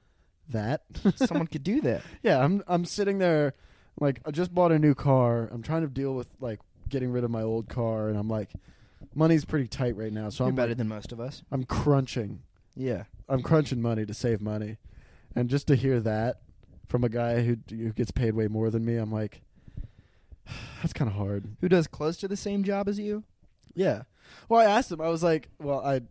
[SPEAKER 1] that
[SPEAKER 2] Someone could do that.
[SPEAKER 1] yeah i'm i'm sitting there like i just bought a new car i'm trying to deal with like getting rid of my old car and i'm like money's pretty tight right now so
[SPEAKER 2] You're
[SPEAKER 1] i'm
[SPEAKER 2] better
[SPEAKER 1] like,
[SPEAKER 2] than most of us.
[SPEAKER 1] i'm crunching
[SPEAKER 2] Yeah.
[SPEAKER 1] i'm crunching money to save money and just to hear that from a guy who who gets paid way more than me i'm like that's kind of hard
[SPEAKER 2] Who does close to the same job as you?
[SPEAKER 1] Yeah. Well, I asked him. I was like, "Well, I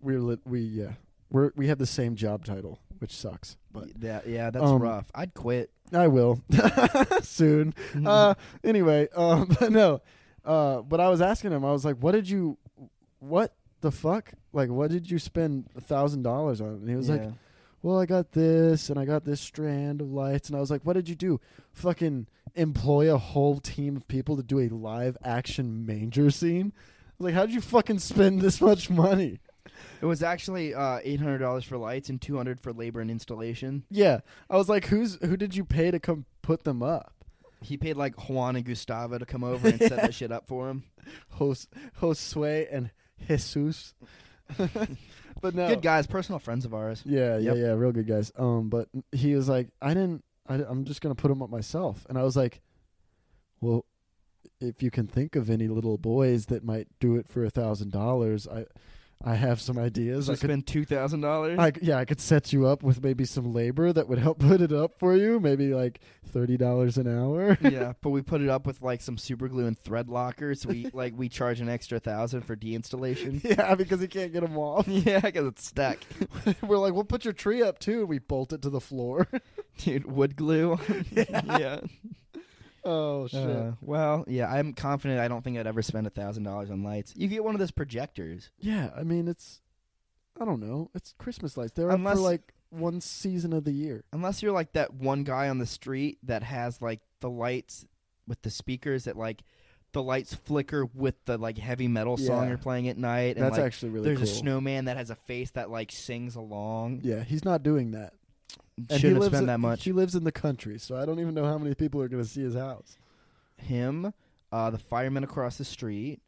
[SPEAKER 1] we li- we yeah we we have the same job title, which sucks, but
[SPEAKER 2] yeah, yeah, that's
[SPEAKER 1] Um,
[SPEAKER 2] rough. I'd quit.
[SPEAKER 1] I will soon." Uh, anyway, um, but no. Uh, but I was asking him. I was like, "What did you? What the fuck? Like, what did you spend a thousand dollars on?" And he was like,
[SPEAKER 2] Yeah.
[SPEAKER 1] well, I got this and I got this strand of lights. And I was like, what did you do? Fucking employ a whole team of people to do a live action manger scene? I was like, how did you fucking spend this much money?
[SPEAKER 2] it was actually uh, eight hundred dollars for lights and two hundred for labor and installation.
[SPEAKER 1] Yeah. I was like, who's who did you pay to come put them up?
[SPEAKER 2] He paid like Juan and Gustavo to come over and set that shit up for him.
[SPEAKER 1] Jos- Josue and Jesus. but no.
[SPEAKER 2] Good guys, personal friends of ours.
[SPEAKER 1] Yeah,
[SPEAKER 2] Yep.
[SPEAKER 1] yeah, yeah, real good guys. Um, but he was like, I didn't. I, am just gonna put them up myself, and I was like, well, if you can think of any little boys that might do it for a thousand dollars, I, I have some ideas.
[SPEAKER 2] So
[SPEAKER 1] I could,
[SPEAKER 2] spend two thousand dollars.
[SPEAKER 1] I, yeah, I could set you up with maybe some labor that would help put it up for you. Maybe like thirty dollars an hour.
[SPEAKER 2] yeah, but we put it up with like some super glue and thread lockers. We like we charge an extra thousand for deinstallation.
[SPEAKER 1] yeah, because he can't get them off.
[SPEAKER 2] yeah, because it's stuck,
[SPEAKER 1] We're like, we'll put your tree up too, and we bolt it to the floor.
[SPEAKER 2] dude. Wood glue. yeah.
[SPEAKER 1] oh shit.
[SPEAKER 2] Uh, well, yeah. I'm confident. I don't think I'd ever spend a thousand dollars on lights. You get one of those projectors.
[SPEAKER 1] Yeah, I mean it's I don't know. It's Christmas lights. They're up
[SPEAKER 2] Unless-
[SPEAKER 1] for like one season of the year.
[SPEAKER 2] Unless you're like that one guy on the street that has like the lights with the speakers that like the lights flicker with the like heavy metal song
[SPEAKER 1] Yeah.
[SPEAKER 2] you're playing at night. And,
[SPEAKER 1] That's
[SPEAKER 2] like,
[SPEAKER 1] actually really
[SPEAKER 2] there's
[SPEAKER 1] cool.
[SPEAKER 2] a snowman that has a face that like sings along.
[SPEAKER 1] yeah, he's not doing that. And he
[SPEAKER 2] Shouldn't
[SPEAKER 1] lives
[SPEAKER 2] have spent
[SPEAKER 1] in,
[SPEAKER 2] that much.
[SPEAKER 1] He lives in the country, so I don't even know how many people are going to see his house.
[SPEAKER 2] Him, uh, the fireman across the street.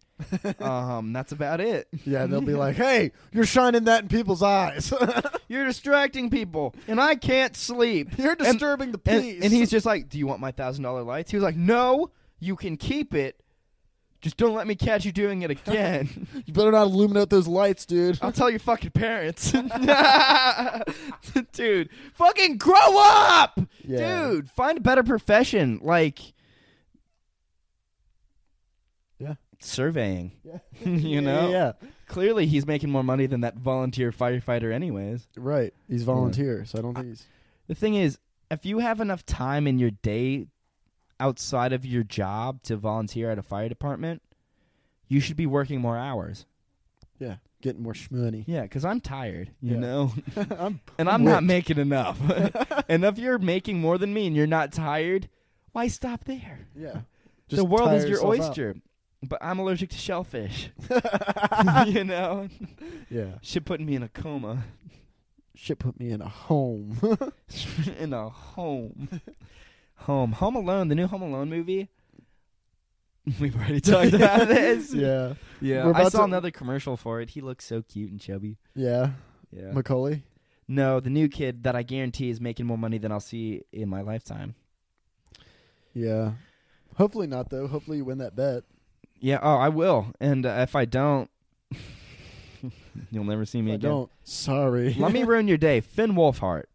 [SPEAKER 2] um, that's about it.
[SPEAKER 1] Yeah, they'll be like, "Hey, you're shining that in people's eyes.
[SPEAKER 2] You're distracting people, and I can't sleep.
[SPEAKER 1] you're disturbing the
[SPEAKER 2] And,
[SPEAKER 1] peace."
[SPEAKER 2] and he's just like, "Do you want my thousand dollar lights?" He was like, "No, you can keep it. Just don't let me catch you doing it again.
[SPEAKER 1] you better not illuminate those lights, dude.
[SPEAKER 2] I'll tell your fucking parents, dude. Fucking grow up,
[SPEAKER 1] Yeah.
[SPEAKER 2] dude. Find a better profession, like."
[SPEAKER 1] Yeah.
[SPEAKER 2] Surveying.
[SPEAKER 1] Yeah.
[SPEAKER 2] you know?
[SPEAKER 1] Yeah, yeah.
[SPEAKER 2] Clearly, he's making more money than that volunteer firefighter, anyways.
[SPEAKER 1] right. He's volunteer, so I don't think he's
[SPEAKER 2] The thing is, if you have enough time in your day outside of your job to volunteer at a fire department, you should be working more hours.
[SPEAKER 1] Yeah, getting more shmoney.
[SPEAKER 2] Yeah, because I'm tired, you
[SPEAKER 1] Yeah.
[SPEAKER 2] know,
[SPEAKER 1] I'm
[SPEAKER 2] and I'm not
[SPEAKER 1] Ripped.
[SPEAKER 2] making enough. and if you're making more than me and you're not tired, why stop there?
[SPEAKER 1] yeah.
[SPEAKER 2] the world
[SPEAKER 1] tire
[SPEAKER 2] is your
[SPEAKER 1] yourself out.
[SPEAKER 2] oyster. But I'm allergic to shellfish. you know,
[SPEAKER 1] Yeah.
[SPEAKER 2] shit putting me in a coma,
[SPEAKER 1] Shit put me in a home.
[SPEAKER 2] in a home, home, Home Alone, the new Home Alone movie. We've already talked about this.
[SPEAKER 1] yeah.
[SPEAKER 2] yeah.
[SPEAKER 1] We're
[SPEAKER 2] I
[SPEAKER 1] about
[SPEAKER 2] saw
[SPEAKER 1] to-
[SPEAKER 2] another commercial for it. He looks so cute and chubby.
[SPEAKER 1] Yeah.
[SPEAKER 2] Yeah.
[SPEAKER 1] Macaulay.
[SPEAKER 2] No, the new kid that I guarantee is making more money than I'll see in my lifetime.
[SPEAKER 1] Yeah. Hopefully not though. Hopefully you win that bet.
[SPEAKER 2] Yeah. Oh, I will. And uh, if I don't, you'll never see
[SPEAKER 1] If
[SPEAKER 2] me
[SPEAKER 1] I
[SPEAKER 2] again.
[SPEAKER 1] don't. Sorry.
[SPEAKER 2] Let me ruin your day. Finn Wolfhart,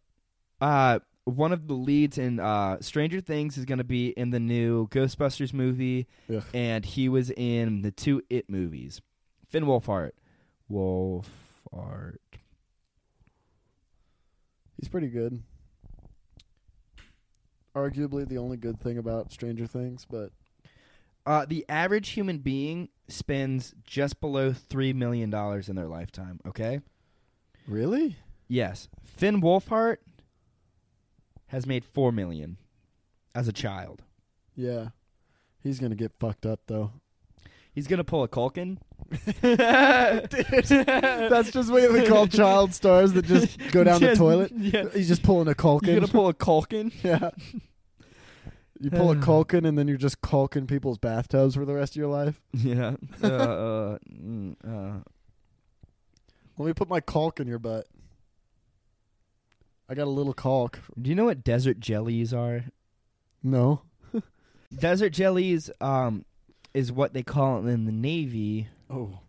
[SPEAKER 2] uh, one of the leads in uh, Stranger Things, is going to be in the new Ghostbusters movie,
[SPEAKER 1] Ugh.
[SPEAKER 2] and he was in the two It movies. Finn Wolfhart, Wolfhart.
[SPEAKER 1] He's pretty good. Arguably the only good thing about Stranger Things, but
[SPEAKER 2] Uh, the average human being spends just below three million dollars in their lifetime. Okay.
[SPEAKER 1] really,
[SPEAKER 2] Yes, Finn Wolfhart has made four million as a child.
[SPEAKER 1] yeah, he's gonna get fucked up though.
[SPEAKER 2] He's gonna pull a Culkin.
[SPEAKER 1] That's just what we call child stars that just go down the
[SPEAKER 2] Just-
[SPEAKER 1] toilet.
[SPEAKER 2] Yeah.
[SPEAKER 1] He's just pulling a
[SPEAKER 2] You're
[SPEAKER 1] Culkin.
[SPEAKER 2] gonna pull a Culkin.
[SPEAKER 1] yeah. You pull a Culkin, and then you're just caulking people's bathtubs for the rest of your life.
[SPEAKER 2] Yeah. Uh, uh, mm, uh,
[SPEAKER 1] Let me put my caulk in your butt. I got a little caulk.
[SPEAKER 2] do you know what desert jellies are?
[SPEAKER 1] No.
[SPEAKER 2] Desert jellies um, is what they call in the Navy
[SPEAKER 1] Oh.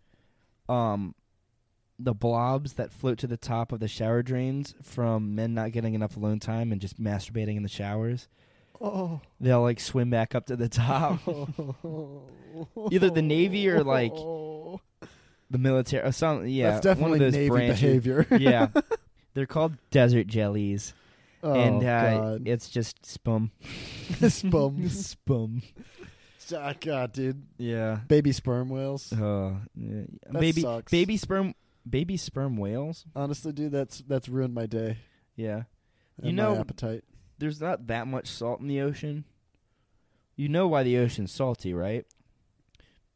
[SPEAKER 2] um, the blobs that float to the top of the shower drains from men not getting enough alone time and just masturbating in the showers.
[SPEAKER 1] Oh.
[SPEAKER 2] They'll like swim back up to the top. Either the Navy or, like, the military, or some, yeah,
[SPEAKER 1] That's definitely
[SPEAKER 2] one of those
[SPEAKER 1] Navy
[SPEAKER 2] branches.
[SPEAKER 1] behavior.
[SPEAKER 2] yeah. They're called desert jellies.
[SPEAKER 1] Oh,
[SPEAKER 2] and uh,
[SPEAKER 1] God.
[SPEAKER 2] it's just spum.
[SPEAKER 1] Spum.
[SPEAKER 2] spum.
[SPEAKER 1] Ah, God, dude.
[SPEAKER 2] Yeah.
[SPEAKER 1] Baby sperm whales.
[SPEAKER 2] Uh, yeah. baby
[SPEAKER 1] sucks.
[SPEAKER 2] baby sperm baby sperm whales.
[SPEAKER 1] Honestly, dude, that's that's ruined my day.
[SPEAKER 2] Yeah.
[SPEAKER 1] And
[SPEAKER 2] You
[SPEAKER 1] my
[SPEAKER 2] know-
[SPEAKER 1] appetite.
[SPEAKER 2] There's not that much salt in the ocean. You know why the ocean's salty, right?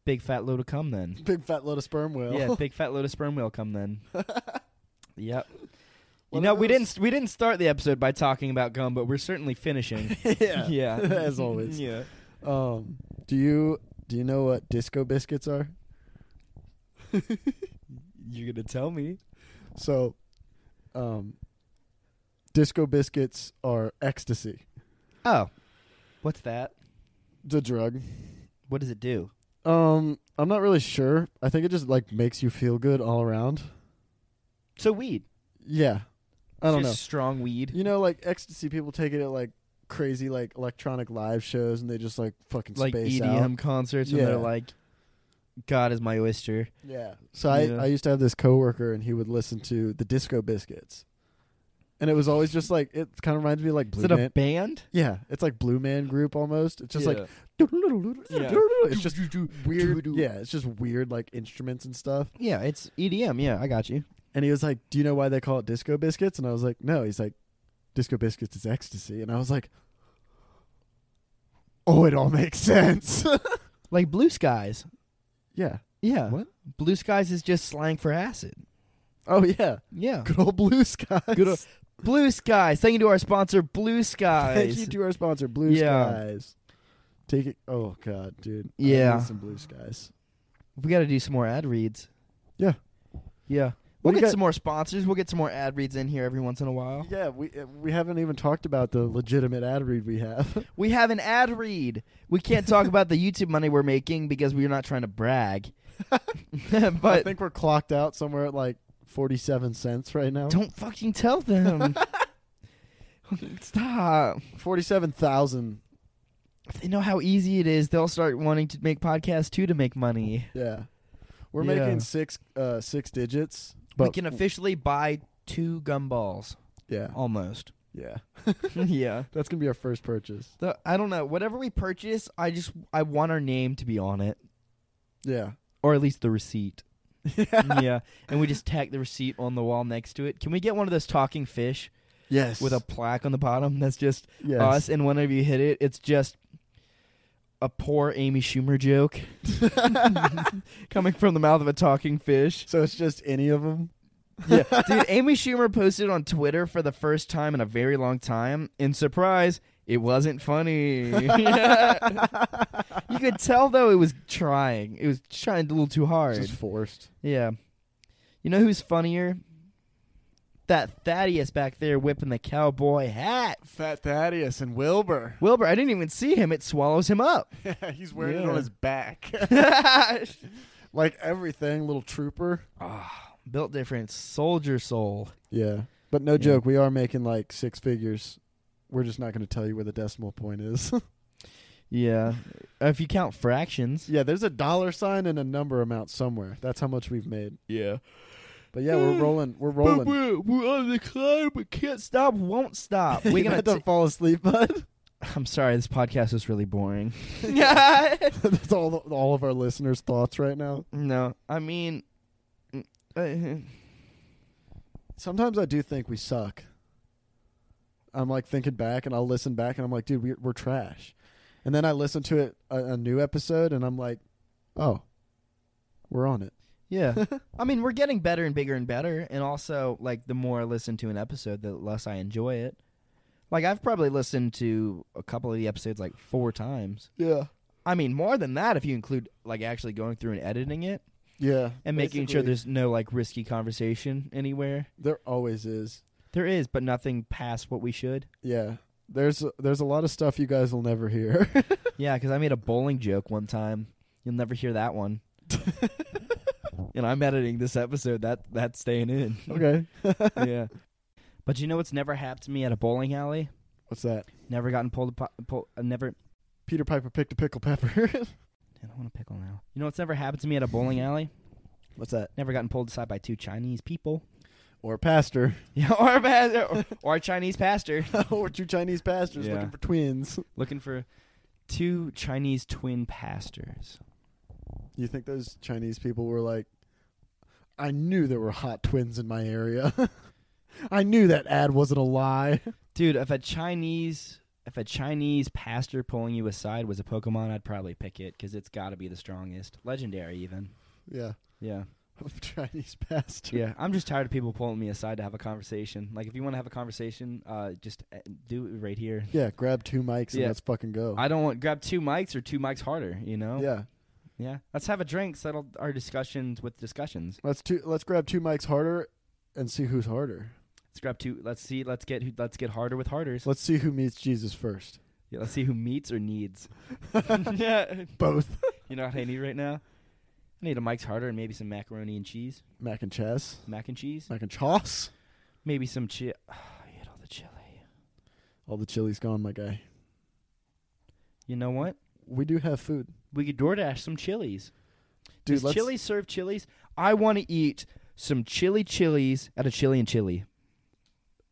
[SPEAKER 2] Big fat load of cum then.
[SPEAKER 1] Big fat load of sperm whale.
[SPEAKER 2] Yeah, big fat load of sperm whale cum then. yep. You
[SPEAKER 1] Well,
[SPEAKER 2] know,
[SPEAKER 1] that
[SPEAKER 2] we
[SPEAKER 1] was-
[SPEAKER 2] didn't we didn't start the episode by talking about gum, but we're certainly finishing.
[SPEAKER 1] yeah.
[SPEAKER 2] yeah.
[SPEAKER 1] As always.
[SPEAKER 2] Yeah.
[SPEAKER 1] Um, do you do you know what disco biscuits are?
[SPEAKER 2] You're gonna tell me.
[SPEAKER 1] So, um, disco biscuits are ecstasy,
[SPEAKER 2] Oh. What's that?
[SPEAKER 1] the drug.
[SPEAKER 2] What does it do?
[SPEAKER 1] Um, I'm not really sure. I think it just like makes you feel good all around.
[SPEAKER 2] So weed.
[SPEAKER 1] Yeah, I don't
[SPEAKER 2] It's
[SPEAKER 1] know.
[SPEAKER 2] just Strong weed.
[SPEAKER 1] You know, like ecstasy, people take it at like crazy like electronic live shows, and they just like fucking
[SPEAKER 2] like E
[SPEAKER 1] space
[SPEAKER 2] EDM
[SPEAKER 1] out.
[SPEAKER 2] concerts and
[SPEAKER 1] Yeah.
[SPEAKER 2] they're like, God is my oyster.
[SPEAKER 1] Yeah. So I
[SPEAKER 2] Yeah.
[SPEAKER 1] I used to have this coworker, and he would listen to the Disco Biscuits, and it was always just like it kind of reminds me of, like Blue
[SPEAKER 2] is it
[SPEAKER 1] Man.
[SPEAKER 2] a band?
[SPEAKER 1] yeah, it's like Blue Man Group almost. It's just like
[SPEAKER 2] Yeah.
[SPEAKER 1] it's just weird.
[SPEAKER 2] doo-doo.
[SPEAKER 1] Yeah, it's just weird like instruments and stuff.
[SPEAKER 2] Yeah, it's EDM. Yeah, I got you.
[SPEAKER 1] And he was like, "Do you know why they call it disco biscuits?" And I was like, "No." He's like, "Disco biscuits is ecstasy." And I was like, "Oh, it all makes sense."
[SPEAKER 2] Like Blue Skies.
[SPEAKER 1] yeah.
[SPEAKER 2] Yeah.
[SPEAKER 1] What?
[SPEAKER 2] Blue Skies is just slang for acid.
[SPEAKER 1] Oh yeah.
[SPEAKER 2] Yeah.
[SPEAKER 1] Good old blue skies.
[SPEAKER 2] Good ol- Blue Skies. Thank you to our sponsor, Blue Skies.
[SPEAKER 1] Thank you to our sponsor, Blue
[SPEAKER 2] Yeah.
[SPEAKER 1] Skies. Take it. Oh God, dude. I
[SPEAKER 2] Yeah.
[SPEAKER 1] need some blue skies.
[SPEAKER 2] we got to do some more ad reads.
[SPEAKER 1] Yeah.
[SPEAKER 2] Yeah.
[SPEAKER 1] What
[SPEAKER 2] We'll
[SPEAKER 1] do you
[SPEAKER 2] get
[SPEAKER 1] got-
[SPEAKER 2] some more sponsors. We'll get some more ad reads in here every once in a while.
[SPEAKER 1] Yeah, we uh, we haven't even talked about the legitimate ad read we have.
[SPEAKER 2] We have an ad read. We can't talk about the YouTube money we're making because we're not trying to brag.
[SPEAKER 1] I
[SPEAKER 2] but
[SPEAKER 1] think we're clocked out somewhere at like forty-seven cents right now.
[SPEAKER 2] don't fucking tell them. Stop.
[SPEAKER 1] Forty-seven thousand.
[SPEAKER 2] If they know how easy it is, they'll start wanting to make podcasts too to make money.
[SPEAKER 1] Yeah. We're
[SPEAKER 2] Yeah.
[SPEAKER 1] making six uh six digits.
[SPEAKER 2] we
[SPEAKER 1] But
[SPEAKER 2] can officially buy two gumballs
[SPEAKER 1] yeah.
[SPEAKER 2] almost.
[SPEAKER 1] Yeah.
[SPEAKER 2] yeah.
[SPEAKER 1] That's going to be our first purchase.
[SPEAKER 2] The, I don't know. Whatever we purchase, I just I want our name to be on it.
[SPEAKER 1] Yeah.
[SPEAKER 2] or at least the receipt.
[SPEAKER 1] yeah.
[SPEAKER 2] yeah, and we just tack the receipt on the wall next to it. Can we get one of those talking fish
[SPEAKER 1] Yes.
[SPEAKER 2] with a plaque on the bottom that's just
[SPEAKER 1] yes.
[SPEAKER 2] us? And whenever you hit it, it's just a poor Amy Schumer joke coming from the mouth of a talking fish.
[SPEAKER 1] so it's just any of them.
[SPEAKER 2] yeah, dude. Amy Schumer posted on Twitter for the first time in a very long time, and surprise, it wasn't funny. you could tell though it was trying. It was trying a little too hard.
[SPEAKER 1] Just forced.
[SPEAKER 2] yeah. You know who's funnier? That Thaddeus back there whipping the cowboy hat.
[SPEAKER 4] Fat Thaddeus and Wilbur.
[SPEAKER 2] Wilbur, I didn't even see him. It swallows him up.
[SPEAKER 4] He's wearing it
[SPEAKER 2] Yeah.
[SPEAKER 4] on his back.
[SPEAKER 1] Like everything, little trooper.
[SPEAKER 2] Ah, built different, soldier soul.
[SPEAKER 1] Yeah. But no
[SPEAKER 2] Yeah.
[SPEAKER 1] joke, we are making like six figures. We're just not going to tell you where the decimal point is.
[SPEAKER 2] Yeah. If you count fractions.
[SPEAKER 1] yeah, there's a dollar sign and a number amount somewhere. That's how much we've made.
[SPEAKER 2] Yeah.
[SPEAKER 1] But yeah, we're rolling. We're rolling.
[SPEAKER 2] We're, we're on the climb. We can't stop. Won't stop. We're
[SPEAKER 1] You
[SPEAKER 2] gonna.
[SPEAKER 1] had to
[SPEAKER 2] T-
[SPEAKER 1] fall asleep, bud.
[SPEAKER 2] I'm sorry. This podcast is really boring.
[SPEAKER 1] That's all all of our listeners' thoughts right now.
[SPEAKER 2] no, I mean, uh,
[SPEAKER 1] Sometimes I do think we suck. I'm like thinking back, and I'll listen back, and I'm like, dude, we're, we're trash. And then I listen to it a, a new episode, and I'm like, oh, we're on it.
[SPEAKER 2] yeah. I mean, we're getting better and bigger and better. And also, like, the more I listen to an episode, the less I enjoy it. Like, I've probably listened to a couple of the episodes like four times.
[SPEAKER 1] Yeah,
[SPEAKER 2] I mean, more than that if you include like actually going through and editing it
[SPEAKER 1] yeah,
[SPEAKER 2] and making sure
[SPEAKER 1] basically.
[SPEAKER 2] there's no like risky conversation anywhere.
[SPEAKER 1] there always is.
[SPEAKER 2] There is, but nothing past what we should.
[SPEAKER 1] Yeah, there's there's a lot of stuff you guys will never hear.
[SPEAKER 2] Yeah, because I made a bowling joke one time. You'll never hear that one. and I'm editing this episode. That that's staying in.
[SPEAKER 1] okay,
[SPEAKER 2] yeah. But you know what's never happened to me at a bowling alley?
[SPEAKER 1] what's that?
[SPEAKER 2] Never gotten pulled. apo- pull, uh, never.
[SPEAKER 1] Peter Piper picked a pickle pepper.
[SPEAKER 2] I don't want to pickle now. You know what's never happened to me at a bowling alley?
[SPEAKER 1] what's that?
[SPEAKER 2] Never gotten pulled aside by two Chinese people.
[SPEAKER 1] Or pastor,
[SPEAKER 2] Yeah, or a pastor, or, or a Chinese pastor
[SPEAKER 1] or two Chinese pastors
[SPEAKER 2] Yeah.
[SPEAKER 1] looking for twins.
[SPEAKER 2] looking for two Chinese twin pastors.
[SPEAKER 1] You think those Chinese people were like, I knew there were hot twins in my area. I knew that ad wasn't a lie.
[SPEAKER 2] Dude, if a Chinese if a Chinese pastor pulling you aside was a Pokemon, I'd probably pick it because it's got to be the strongest, legendary even.
[SPEAKER 1] Yeah.
[SPEAKER 2] Yeah,
[SPEAKER 1] Chinese pastor.
[SPEAKER 2] yeah. I'm just tired of people pulling me aside to have a conversation. Like, if you want to have a conversation, uh, just uh, do it right here.
[SPEAKER 1] Yeah, grab two mics
[SPEAKER 2] Yeah.
[SPEAKER 1] and let's fucking go.
[SPEAKER 2] I don't want grab two mics or two mics harder. You know.
[SPEAKER 1] Yeah.
[SPEAKER 2] Yeah. Let's have a drink. Settle our discussions with discussions.
[SPEAKER 1] Let's two let's grab two mics harder and see who's harder.
[SPEAKER 2] Let's grab two. Let's see. Let's get. who- Let's get harder with harders.
[SPEAKER 1] Let's see who meets Jesus first.
[SPEAKER 2] Yeah, let's see who meets or needs. yeah.
[SPEAKER 1] Both.
[SPEAKER 2] You know what I need right now? I need a Mike's Harder and maybe some macaroni and cheese,
[SPEAKER 1] Mac and Chess.
[SPEAKER 2] mac and cheese,
[SPEAKER 1] Mac and Choss.
[SPEAKER 2] maybe some chili. I hate all the chili.
[SPEAKER 1] All the chili's gone, my guy.
[SPEAKER 2] You know what?
[SPEAKER 1] We do have food.
[SPEAKER 2] We could DoorDash some chilies.
[SPEAKER 1] Dude,
[SPEAKER 2] Does
[SPEAKER 1] let's
[SPEAKER 2] chili serve chilies? I want to eat some chili chilies at a chili and chili.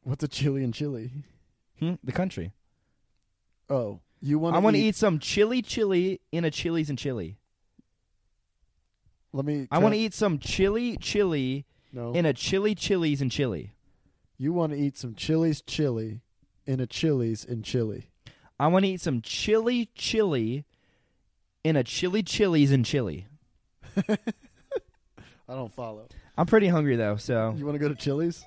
[SPEAKER 1] what's a chili and chili?
[SPEAKER 2] Hmm? The country.
[SPEAKER 1] Oh. You want
[SPEAKER 2] I want to eat some chili chili in a chilies and chili.
[SPEAKER 1] let me
[SPEAKER 2] I want to eat some chili chili
[SPEAKER 1] no.
[SPEAKER 2] in a chili chilies and chili.
[SPEAKER 1] You want to eat some Chili's chili in a Chili's in Chili.
[SPEAKER 2] I want to eat some chili chili in a chili chilies and chili.
[SPEAKER 1] I don't follow.
[SPEAKER 2] I'm pretty hungry though, so
[SPEAKER 1] You want to go to Chili's?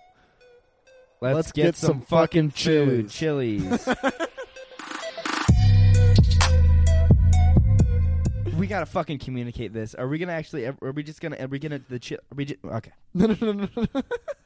[SPEAKER 2] Let's,
[SPEAKER 1] Let's
[SPEAKER 2] get,
[SPEAKER 1] get
[SPEAKER 2] some,
[SPEAKER 1] some
[SPEAKER 2] fucking
[SPEAKER 1] fucking
[SPEAKER 2] food. Chilies. we gotta fucking communicate this. Are we gonna actually? Are we just gonna? Are we gonna the chi- Are we ju- okay.
[SPEAKER 1] No, no, no, no.